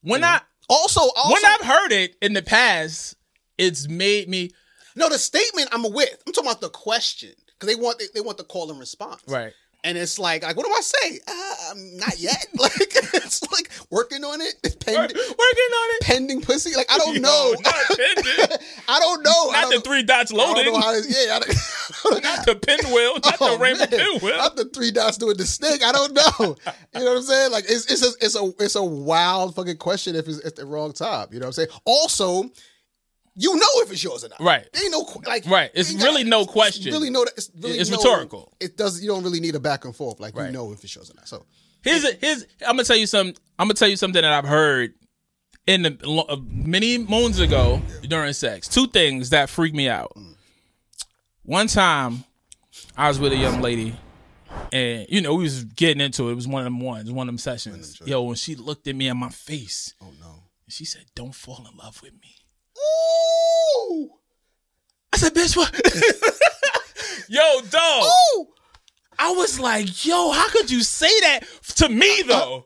[SPEAKER 4] When I
[SPEAKER 5] also, also,
[SPEAKER 4] when I've heard it in the past, it's made me
[SPEAKER 5] no, the statement I'm with. I'm talking about the question because they want they, they want the call and response.
[SPEAKER 4] right.
[SPEAKER 5] And it's like, like, what do I say? Uh, um, not yet. (laughs) like, it's like working on it. (laughs)
[SPEAKER 4] Working
[SPEAKER 5] Pending,
[SPEAKER 4] on it.
[SPEAKER 5] pending pussy. Like, I don't
[SPEAKER 4] Yo,
[SPEAKER 5] know.
[SPEAKER 4] Not, pending.
[SPEAKER 5] (laughs) I don't know. Oh, I
[SPEAKER 4] Not the
[SPEAKER 5] don't,
[SPEAKER 4] three dots
[SPEAKER 5] I don't
[SPEAKER 4] loaded.
[SPEAKER 5] know how this. Yeah, I
[SPEAKER 4] (laughs)
[SPEAKER 5] don't,
[SPEAKER 4] Not the pinwheel. Not
[SPEAKER 5] (laughs) Oh,
[SPEAKER 4] the rainbow
[SPEAKER 5] man.
[SPEAKER 4] pinwheel.
[SPEAKER 5] Not the three dots doing the snake. I don't know. you know what I'm saying? Like it's it's a, it's a it's a wild fucking question if it's at the wrong time. You know what I'm saying? Also, you know if it's yours or not.
[SPEAKER 4] Right.
[SPEAKER 5] There ain't no que- like
[SPEAKER 4] Right. It's
[SPEAKER 5] you ain't gotta-
[SPEAKER 4] really no
[SPEAKER 5] it's
[SPEAKER 4] question.
[SPEAKER 5] Really no. It's, really
[SPEAKER 4] It's
[SPEAKER 5] no-
[SPEAKER 4] rhetorical.
[SPEAKER 5] It does. You don't really need a back and forth. Like
[SPEAKER 4] Right.
[SPEAKER 5] you know if it's yours or not. So
[SPEAKER 4] Here's a, here's. I'm gonna tell you some. I'm gonna tell you something that I've heard in the lo- uh, many moons ago during sex. Two things that freaked me out. One time, I was with a young lady, and you know we was getting into it. It was one of them ones, one of them sessions. Yo, when she looked at me in my face, oh no, she said, "Don't fall in love with me."
[SPEAKER 5] ooh
[SPEAKER 4] I said, "Bitch, what?" (laughs) Yo, dog.
[SPEAKER 5] ooh.
[SPEAKER 4] I was like, yo, how could you say that to
[SPEAKER 5] Uh,
[SPEAKER 4] me though?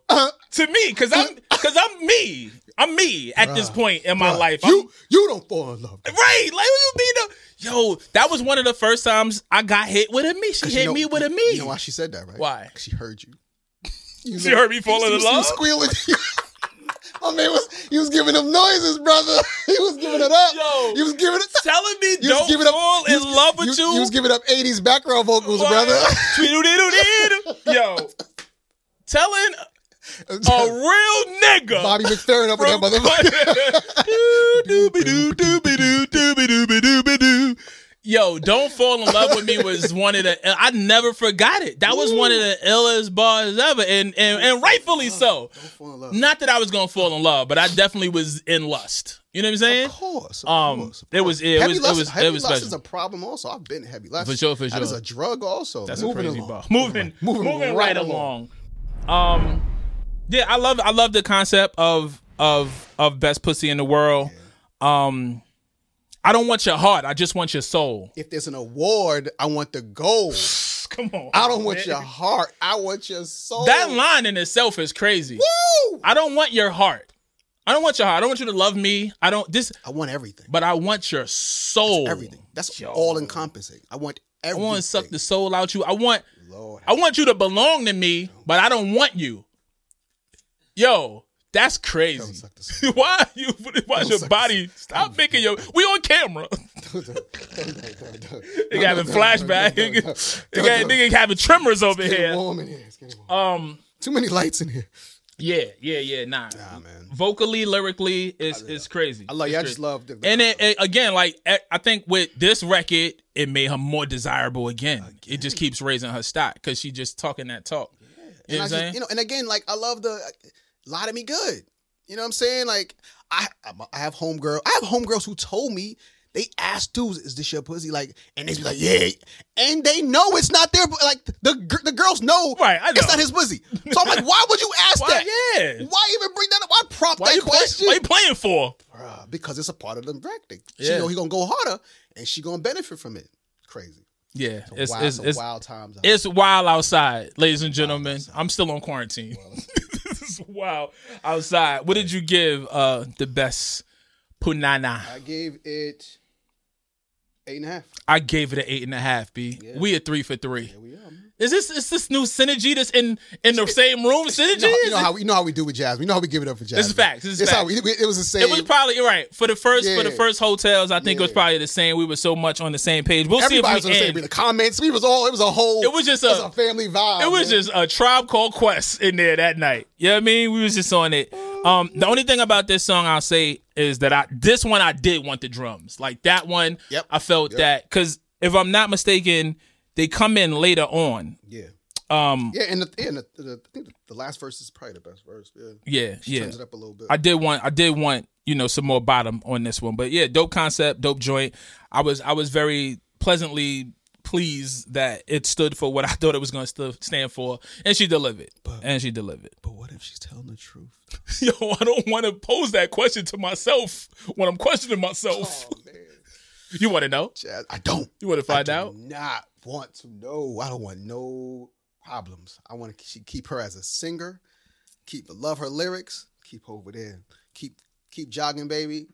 [SPEAKER 4] to me, cause I'm cause I'm me. I'm me at this point in my life. I'm-
[SPEAKER 5] You you don't fall in love.
[SPEAKER 4] right. Like what you mean though? Yo, that was one of the first times I got hit with a me. She hit
[SPEAKER 5] You know-
[SPEAKER 4] me with a me.
[SPEAKER 5] You know why she said that, right?
[SPEAKER 4] Why?
[SPEAKER 5] 'Cause She
[SPEAKER 4] (laughs)
[SPEAKER 5] heard you. You
[SPEAKER 4] She heard me fall in
[SPEAKER 5] He was- he was
[SPEAKER 4] love?
[SPEAKER 5] squealing. (laughs) My man was he was giving them noises, brother. (laughs) He was giving it up.
[SPEAKER 4] Yo.
[SPEAKER 5] he was giving it.
[SPEAKER 4] Telling me
[SPEAKER 5] He
[SPEAKER 4] don't
[SPEAKER 5] was giving up.
[SPEAKER 4] fall
[SPEAKER 5] he
[SPEAKER 4] in
[SPEAKER 5] was-
[SPEAKER 4] love with
[SPEAKER 5] he
[SPEAKER 4] you.
[SPEAKER 5] was- He was giving up '80s background vocals, brother.
[SPEAKER 4] (laughs)
[SPEAKER 5] (laughs)
[SPEAKER 4] Tweedledee-doo-dee-doo. Yo. Telling a Oh, real nigga.
[SPEAKER 5] Bobby McFerrin up in that
[SPEAKER 4] from (laughs)
[SPEAKER 5] (laughs) motherfucker.
[SPEAKER 4] Doo, dooby-doo, dooby-doo, dooby-dooby-dooby-doo. (laughs) Yo, Don't Fall in Love with Me was one of the I never forgot it. That was one of the illest bars ever. And and, and rightfully so.
[SPEAKER 5] Fall in love.
[SPEAKER 4] Not that I was gonna fall in love, but I definitely was in lust. You know what I'm saying?
[SPEAKER 5] Of course. Of
[SPEAKER 4] Um,
[SPEAKER 5] course.
[SPEAKER 4] it was it
[SPEAKER 5] heavy
[SPEAKER 4] was
[SPEAKER 5] lust,
[SPEAKER 4] it was
[SPEAKER 5] heavy
[SPEAKER 4] it was
[SPEAKER 5] lust
[SPEAKER 4] special.
[SPEAKER 5] is a problem also. I've been heavy lust.
[SPEAKER 4] For sure, for
[SPEAKER 5] That is
[SPEAKER 4] sure.
[SPEAKER 5] a drug also.
[SPEAKER 4] That's
[SPEAKER 5] Moving
[SPEAKER 4] a crazy
[SPEAKER 5] along.
[SPEAKER 4] bar. Moving, Oh, moving,
[SPEAKER 5] Moving
[SPEAKER 4] right,
[SPEAKER 5] right
[SPEAKER 4] along. Um, yeah, I love, I love the concept of of of best pussy in the world. Um, I don't want your heart, I just want your soul.
[SPEAKER 5] If there's an award, I want the gold.
[SPEAKER 4] (laughs) Come on,
[SPEAKER 5] I don't want your heart. I want your soul.
[SPEAKER 4] That line in itself is crazy.
[SPEAKER 5] Woo!
[SPEAKER 4] I don't want your heart. I don't want your heart. I don't want you to love me. I don't this,
[SPEAKER 5] I want everything.
[SPEAKER 4] but I want your soul.
[SPEAKER 5] Everything. That's all encompassing. I want
[SPEAKER 4] I
[SPEAKER 5] everything.
[SPEAKER 4] want to suck
[SPEAKER 5] (laughs)
[SPEAKER 4] the soul out you. I want.
[SPEAKER 5] Lord.
[SPEAKER 4] I want you to belong to me, but I don't want you. Yo, that's crazy. (laughs)
[SPEAKER 5] suck this.
[SPEAKER 4] Why you? Why's your
[SPEAKER 5] suck
[SPEAKER 4] body? Stop making your. We on
[SPEAKER 5] (laughs)
[SPEAKER 4] camera. (laughs) They having flashback. They got- They having tremors over
[SPEAKER 5] Getting
[SPEAKER 4] here.
[SPEAKER 5] warm in here. It's getting warm.
[SPEAKER 4] Um.
[SPEAKER 5] Too many lights in here.
[SPEAKER 4] Yeah. Yeah. Yeah. Nah.
[SPEAKER 5] Nah, man.
[SPEAKER 4] Vocally, lyrically, it's it's crazy.
[SPEAKER 5] I love
[SPEAKER 4] It's
[SPEAKER 5] you. I
[SPEAKER 4] crazy.
[SPEAKER 5] just love the, the
[SPEAKER 4] And it, it- again, like eh, I think with this record, it made her more desirable again. It just keeps raising her stock because she just talking that talk. You know what I'm
[SPEAKER 5] and I
[SPEAKER 4] saying?
[SPEAKER 5] just, you know, and again, like I love the lie to me good. You know what I'm saying? Like I, I'm- I have homegirl. I have homegirls who told me they asked dudes, "Is this your pussy?" Like, and they be like, "Yeah," and they know it's not their. pu- Like the gir- the girls know,
[SPEAKER 4] Right, I know.
[SPEAKER 5] it's not his pussy. So
[SPEAKER 4] (laughs)
[SPEAKER 5] I'm like, why would you ask
[SPEAKER 4] Why-
[SPEAKER 5] that?
[SPEAKER 4] yeah.
[SPEAKER 5] Why even bring that up? Why prompt
[SPEAKER 4] Why
[SPEAKER 5] that
[SPEAKER 4] you, play,
[SPEAKER 5] question?
[SPEAKER 4] why you playing for?
[SPEAKER 5] Bruh, because it's a part of the tactic.
[SPEAKER 4] Yeah.
[SPEAKER 5] She know he gonna go harder, and she gonna benefit from it. Crazy.
[SPEAKER 4] Yeah, it's
[SPEAKER 5] It's wild,
[SPEAKER 4] it's
[SPEAKER 5] some
[SPEAKER 4] it's,
[SPEAKER 5] wild times. out
[SPEAKER 4] it's wild outside, ladies and gentlemen. I'm still on quarantine. (laughs) this is wild outside. What did you give uh the best punana?
[SPEAKER 5] I gave it eight and a half.
[SPEAKER 4] I gave it an eight and a half. B. We at three for three.
[SPEAKER 5] We are. man.
[SPEAKER 4] Is this is this new synergy that's in in the same room? Synergy.
[SPEAKER 5] (laughs) You know, you
[SPEAKER 4] Is
[SPEAKER 5] know
[SPEAKER 4] it-
[SPEAKER 5] how you know how we do with jazz. We know how we give it up for jazz.
[SPEAKER 4] is facts. This is
[SPEAKER 5] It's how
[SPEAKER 4] facts.
[SPEAKER 5] we, we- it was the same.
[SPEAKER 4] it was probably you're right for the first for the
[SPEAKER 5] Yeah.
[SPEAKER 4] first hotels. I think it was
[SPEAKER 5] Yeah.
[SPEAKER 4] probably the same. We were so much on the same page. We'll
[SPEAKER 5] everybody was
[SPEAKER 4] see
[SPEAKER 5] on
[SPEAKER 4] if
[SPEAKER 5] the
[SPEAKER 4] we
[SPEAKER 5] same.
[SPEAKER 4] end.
[SPEAKER 5] The comments. We was all. It was a whole.
[SPEAKER 4] It was just
[SPEAKER 5] it was
[SPEAKER 4] a-
[SPEAKER 5] a family vibe.
[SPEAKER 4] It was
[SPEAKER 5] man.
[SPEAKER 4] just a tribe called Quest in there that night. You know what I mean? We was just on it. Um, the only thing about this song I'll say is that I this one I did want the drums. Like that one,
[SPEAKER 5] Yep.
[SPEAKER 4] I felt that because if I'm not mistaken, they come in later on.
[SPEAKER 5] yeah,
[SPEAKER 4] Um,
[SPEAKER 5] yeah. And the, yeah, and the, the, I think the last verse is probably the best verse. Yeah,
[SPEAKER 4] yeah, yeah.
[SPEAKER 5] turns it up a little bit.
[SPEAKER 4] I did want I did want you know some more bottom on this one, but yeah, dope concept, dope joint. I was I was very pleasantly pleased that it stood for what I (laughs) thought it was going to stand for, and she delivered, and she delivered.
[SPEAKER 5] but what if she's telling the truth?
[SPEAKER 4] (laughs) Yo, I don't want to pose that question to myself when I'm questioning myself.
[SPEAKER 5] Oh man,
[SPEAKER 4] (laughs) You want to
[SPEAKER 5] (laughs)
[SPEAKER 4] know?
[SPEAKER 5] jazz. I don't.
[SPEAKER 4] You want to find out?
[SPEAKER 5] Not want to know. I don't want no problems. I want to keep her as a singer. Keep love her lyrics. Keep over there. Keep keep jogging, baby.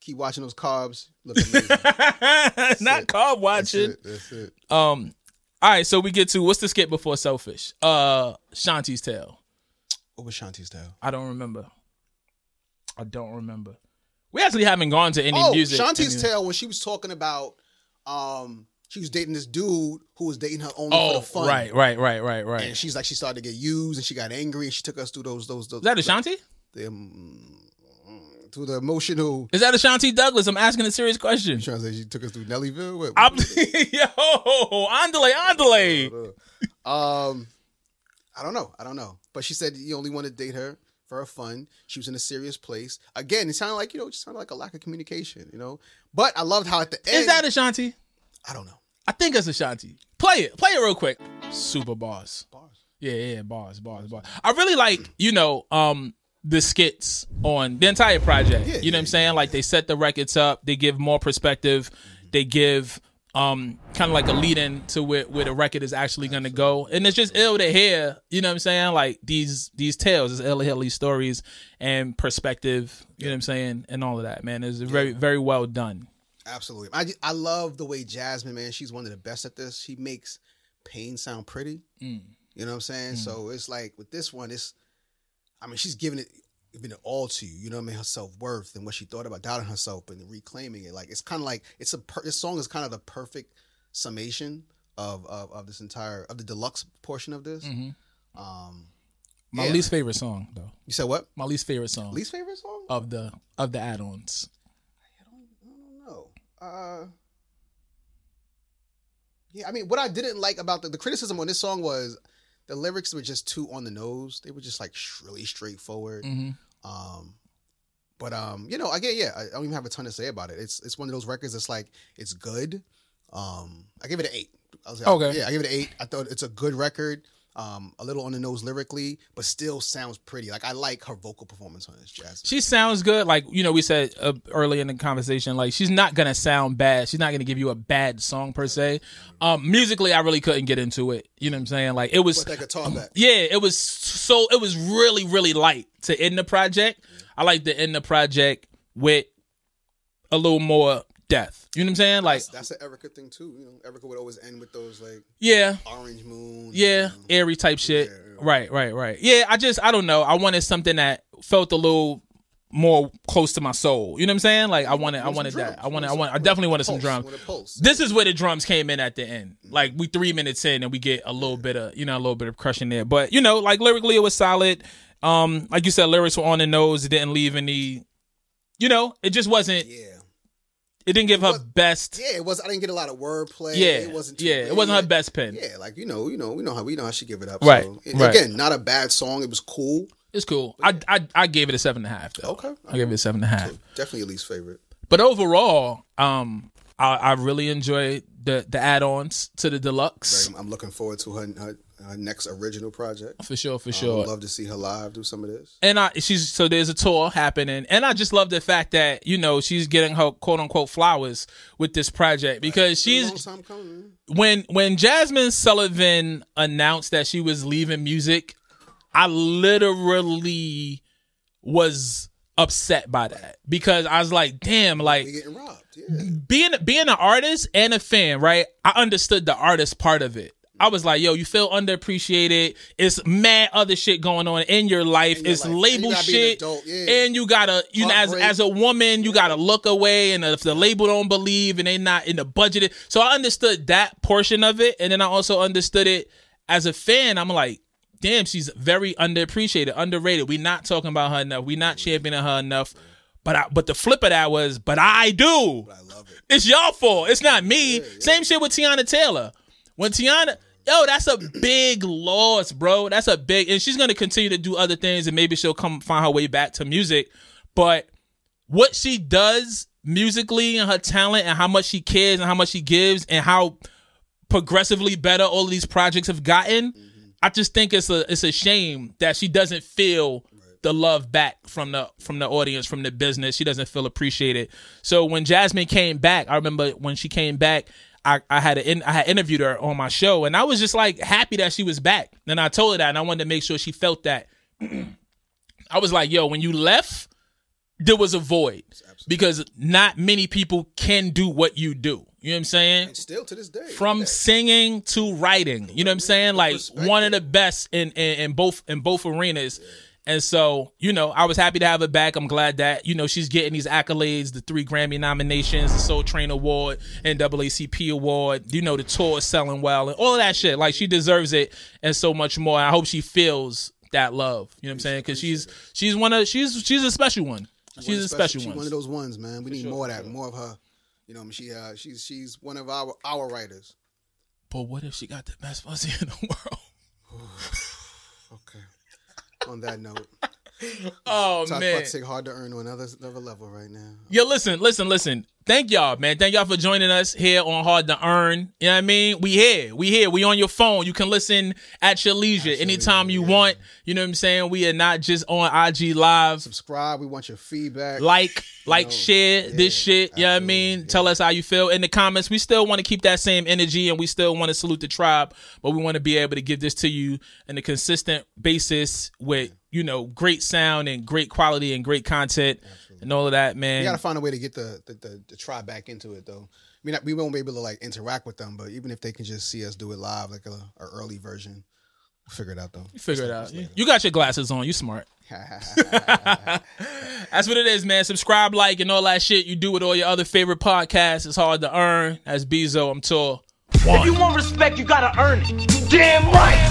[SPEAKER 5] Keep watching those carbs. Look amazing.
[SPEAKER 4] (laughs) Not
[SPEAKER 5] it.
[SPEAKER 4] carb
[SPEAKER 5] That's
[SPEAKER 4] watching.
[SPEAKER 5] it. That's it.
[SPEAKER 4] Um, all right, so we get to what's the skip before selfish? Uh, Shanti's tale.
[SPEAKER 5] What was Shanti's style?
[SPEAKER 4] I don't remember. I don't remember. We actually haven't gone to any
[SPEAKER 5] Oh,
[SPEAKER 4] music. any-
[SPEAKER 5] Shanti's tale when she was talking about um she was dating this dude who was dating her only for
[SPEAKER 4] Oh,
[SPEAKER 5] the fun.
[SPEAKER 4] right, right, right, right, right.
[SPEAKER 5] And
[SPEAKER 4] Is
[SPEAKER 5] she's like she started to get used and she got angry and she took us through those those those
[SPEAKER 4] that Ashanti?
[SPEAKER 5] the, um, through the emotional
[SPEAKER 4] Is that Ashanti Douglas? I'm asking a serious question.
[SPEAKER 5] Trying to say she took us through Nellyville. What-
[SPEAKER 4] I'm, (laughs) yo, Andale, Andale.
[SPEAKER 5] um, I don't know. I don't know. But she said you only want to date her for her fun. She was in a serious place. Again, it sounded like you know, it just sounded like a lack of communication. You know. But I loved how at the end.
[SPEAKER 4] Is that Ashanti?
[SPEAKER 5] I don't know.
[SPEAKER 4] I think it's Ashanti. Play it. Play it real quick. Super bars. Bars. Yeah, yeah, bars, bars, bars. I really like, you know, um, the skits on the entire project. you know what I'm saying? like they set the records up, they give more perspective, they give um kind of like a lead in to where, where the record is actually gonna go. And it's just ill to hear, you know what I'm saying? Like these these tales, it's ill to hear these E stories and perspective, you know what I'm saying, and all of that, man. It's very, very well done.
[SPEAKER 5] Absolutely. I I love the way Jasmine, man. She's one of the best at this. She makes pain sound pretty. You know what I'm saying? So it's like with this one, it's. I mean, she's giving it. Giving it all to you, you know what I mean. Her self worth and what she thought about doubting herself and reclaiming it. Like it's kind of like it's a per- this song is kind of the perfect summation of, of of this entire of the deluxe portion of this. Um,
[SPEAKER 4] My
[SPEAKER 5] Yeah.
[SPEAKER 4] least favorite song though.
[SPEAKER 5] you said what?
[SPEAKER 4] My least favorite song.
[SPEAKER 5] Least favorite song?
[SPEAKER 4] of the of the add-ons.
[SPEAKER 5] I don't know. Uh, Yeah, I mean, what I didn't like about the, the criticism on this song was the lyrics were just too on the nose. They were just like sh- really straightforward. Um, but um, you know, again, yeah, I, I don't even have a ton to say about it. It's it's one of those records that's like it's good. Um, I give it an eight. I was,
[SPEAKER 4] Okay.
[SPEAKER 5] yeah, I give it an eight. I thought it's a good record. Um, a little on the nose lyrically, but still sounds pretty. Like I like her vocal performance on this jazz.
[SPEAKER 4] She sounds good. Like you know, we said uh, early in the conversation, like she's not gonna sound bad. She's not gonna give you a bad song per se. Um, musically, I really couldn't get into it. You know what I'm saying? Like it was,
[SPEAKER 5] Put that guitar back.
[SPEAKER 4] yeah, it was so it was really really light to end the project. I like to end the project with a little more death. You know what I'm saying? Like
[SPEAKER 5] That's, that's an Erica thing too. You know, Erica would always end with those like
[SPEAKER 4] yeah,
[SPEAKER 5] orange moon.
[SPEAKER 4] Yeah,
[SPEAKER 5] you know.
[SPEAKER 4] airy type shit. Right, right, right. Yeah, I just I don't know. I wanted something that felt a little more close to my soul. You know what I'm saying? Like I wanted, I
[SPEAKER 5] want
[SPEAKER 4] wanted
[SPEAKER 5] some
[SPEAKER 4] that.
[SPEAKER 5] drums.
[SPEAKER 4] I wanted, I
[SPEAKER 5] You want
[SPEAKER 4] wanted, I
[SPEAKER 5] some-
[SPEAKER 4] definitely wanted
[SPEAKER 5] want
[SPEAKER 4] some
[SPEAKER 5] a
[SPEAKER 4] drums.
[SPEAKER 5] pulse. You want a pulse.
[SPEAKER 4] This is where the drums came in at the end. Like we three minutes in and we get a little bit of you know a little bit of crushing there. But you know, like lyrically it was solid. Um, like you said, lyrics were on the nose. It didn't leave any. You know, it just wasn't.
[SPEAKER 5] yeah.
[SPEAKER 4] It didn't give her best.
[SPEAKER 5] Yeah, it was. I didn't get a lot of wordplay.
[SPEAKER 4] Yeah,
[SPEAKER 5] it wasn't.
[SPEAKER 4] yeah, it wasn't her
[SPEAKER 5] bad.
[SPEAKER 4] best pen.
[SPEAKER 5] Yeah, like you know, you know, we know how we know how she give it up.
[SPEAKER 4] Right,
[SPEAKER 5] So,
[SPEAKER 4] right.
[SPEAKER 5] Again, not a bad song. It was cool.
[SPEAKER 4] It's cool. I, I I gave it a seven and a half though.
[SPEAKER 5] Okay.
[SPEAKER 4] I gave it a seven and a half.
[SPEAKER 5] Definitely your least favorite.
[SPEAKER 4] But overall, um, I, I really enjoyed the the add-ons to the deluxe
[SPEAKER 5] I'm, I'm looking forward to her her, her next original project.
[SPEAKER 4] for sure, for
[SPEAKER 5] I
[SPEAKER 4] sure.
[SPEAKER 5] would love to see her live do some of this.
[SPEAKER 4] and I she's so there's a tour happening, and I just love the fact that you know she's getting her quote unquote flowers with this project because she's
[SPEAKER 5] Long time coming. man.
[SPEAKER 4] when when Jasmine Sullivan announced that she was leaving music, I literally was upset by that because I was like, damn, like
[SPEAKER 5] We getting robbed. Yeah.
[SPEAKER 4] being being an artist and a fan, right? I understood the artist part of it. I was like, yo, you feel underappreciated. It's mad other shit going on in your life.
[SPEAKER 5] your
[SPEAKER 4] it's
[SPEAKER 5] life. And you
[SPEAKER 4] label
[SPEAKER 5] gotta be an
[SPEAKER 4] shit.
[SPEAKER 5] adult, yeah.
[SPEAKER 4] And you gotta, you know, as
[SPEAKER 5] Heartbreak.
[SPEAKER 4] as a woman, you gotta look away. And if the label don't believe and they not in the budget. So I understood that portion of it. And then I also understood it as a fan. I'm like, damn, she's very underappreciated, underrated. We not talking about her enough. We not championing her enough. But I, but the flip of that was, but I do.
[SPEAKER 5] I love it.
[SPEAKER 4] It's y'all fault. It's not me. Same shit with Tiana Taylor. When Tiana, yo, that's a big loss, bro. That's a big, and she's gonna continue to do other things, and maybe she'll come find her way back to music. But what she does musically and her talent and how much she cares and how much she gives and how progressively better all of these projects have gotten, I just think it's a it's a shame that she doesn't feel the love back from the from the audience from the business. She doesn't feel appreciated. So when Jasmine came back, I remember when she came back, I, I had an, I had interviewed her on my show, and I was just like happy that she was back. Then I told her that, and I wanted to make sure she felt that. (clears throat) I was like, yo, when you left, there was a void because not many people can do what you do. You know what I'm saying?
[SPEAKER 5] Still to this day.
[SPEAKER 4] from
[SPEAKER 5] yeah.
[SPEAKER 4] singing to writing. You know what I'm saying? Like one of the best in, in, in both in both arenas. And so, you know, I was happy to have her back. I'm glad that, you know, she's getting these accolades, the three Grammy nominations, the Soul Train Award, NAACP Award, you know, the tour is selling well and all of that shit. Like she deserves it and so much more. I hope she feels that love. You know what I'm saying? Because she's she's one of she's she's a special one. She's a special,
[SPEAKER 5] She's
[SPEAKER 4] one.
[SPEAKER 5] one of those ones, man. We need more of that, more of her. You know, I mean, she uh, she's she's one of our our writers.
[SPEAKER 4] but what if she got the best pussy (laughs) in the world?
[SPEAKER 5] Okay. On
[SPEAKER 4] (laughs)
[SPEAKER 5] that note,
[SPEAKER 4] Oh
[SPEAKER 5] Todd
[SPEAKER 4] man.
[SPEAKER 5] Futzig hard to earn on another another level right now.
[SPEAKER 4] Yo, listen, listen, listen. Thank y'all, man. Thank y'all for joining us here on Hard to Earn. You know what I mean? We here. We here. We on your phone. You can listen at your leisure anytime you want. You know what I'm saying? We are not just on IG Live.
[SPEAKER 5] Subscribe. We want your feedback.
[SPEAKER 4] Like, like, share this shit. You know what I mean? Tell us how you feel in the comments. We still want to keep that same energy and we still want to salute the tribe, but we want to be able to give this to you in a consistent basis with, you know, great sound and great quality and great content and all of that, man.
[SPEAKER 5] We gotta find a way to get the the, the, the tribe back into it though. I mean, we won't be able to like interact with them, but even if they can just see us do it live, like a, a early version, we'll figure it out though.
[SPEAKER 4] Figure it out. You got your glasses on. You (laughs) smart. That's what it is, man. Subscribe, like, and all that shit you do with all your other favorite podcasts. It's hard to earn. That's Bezo. I'm tall.
[SPEAKER 3] If you want respect, you gotta earn it. You damn right.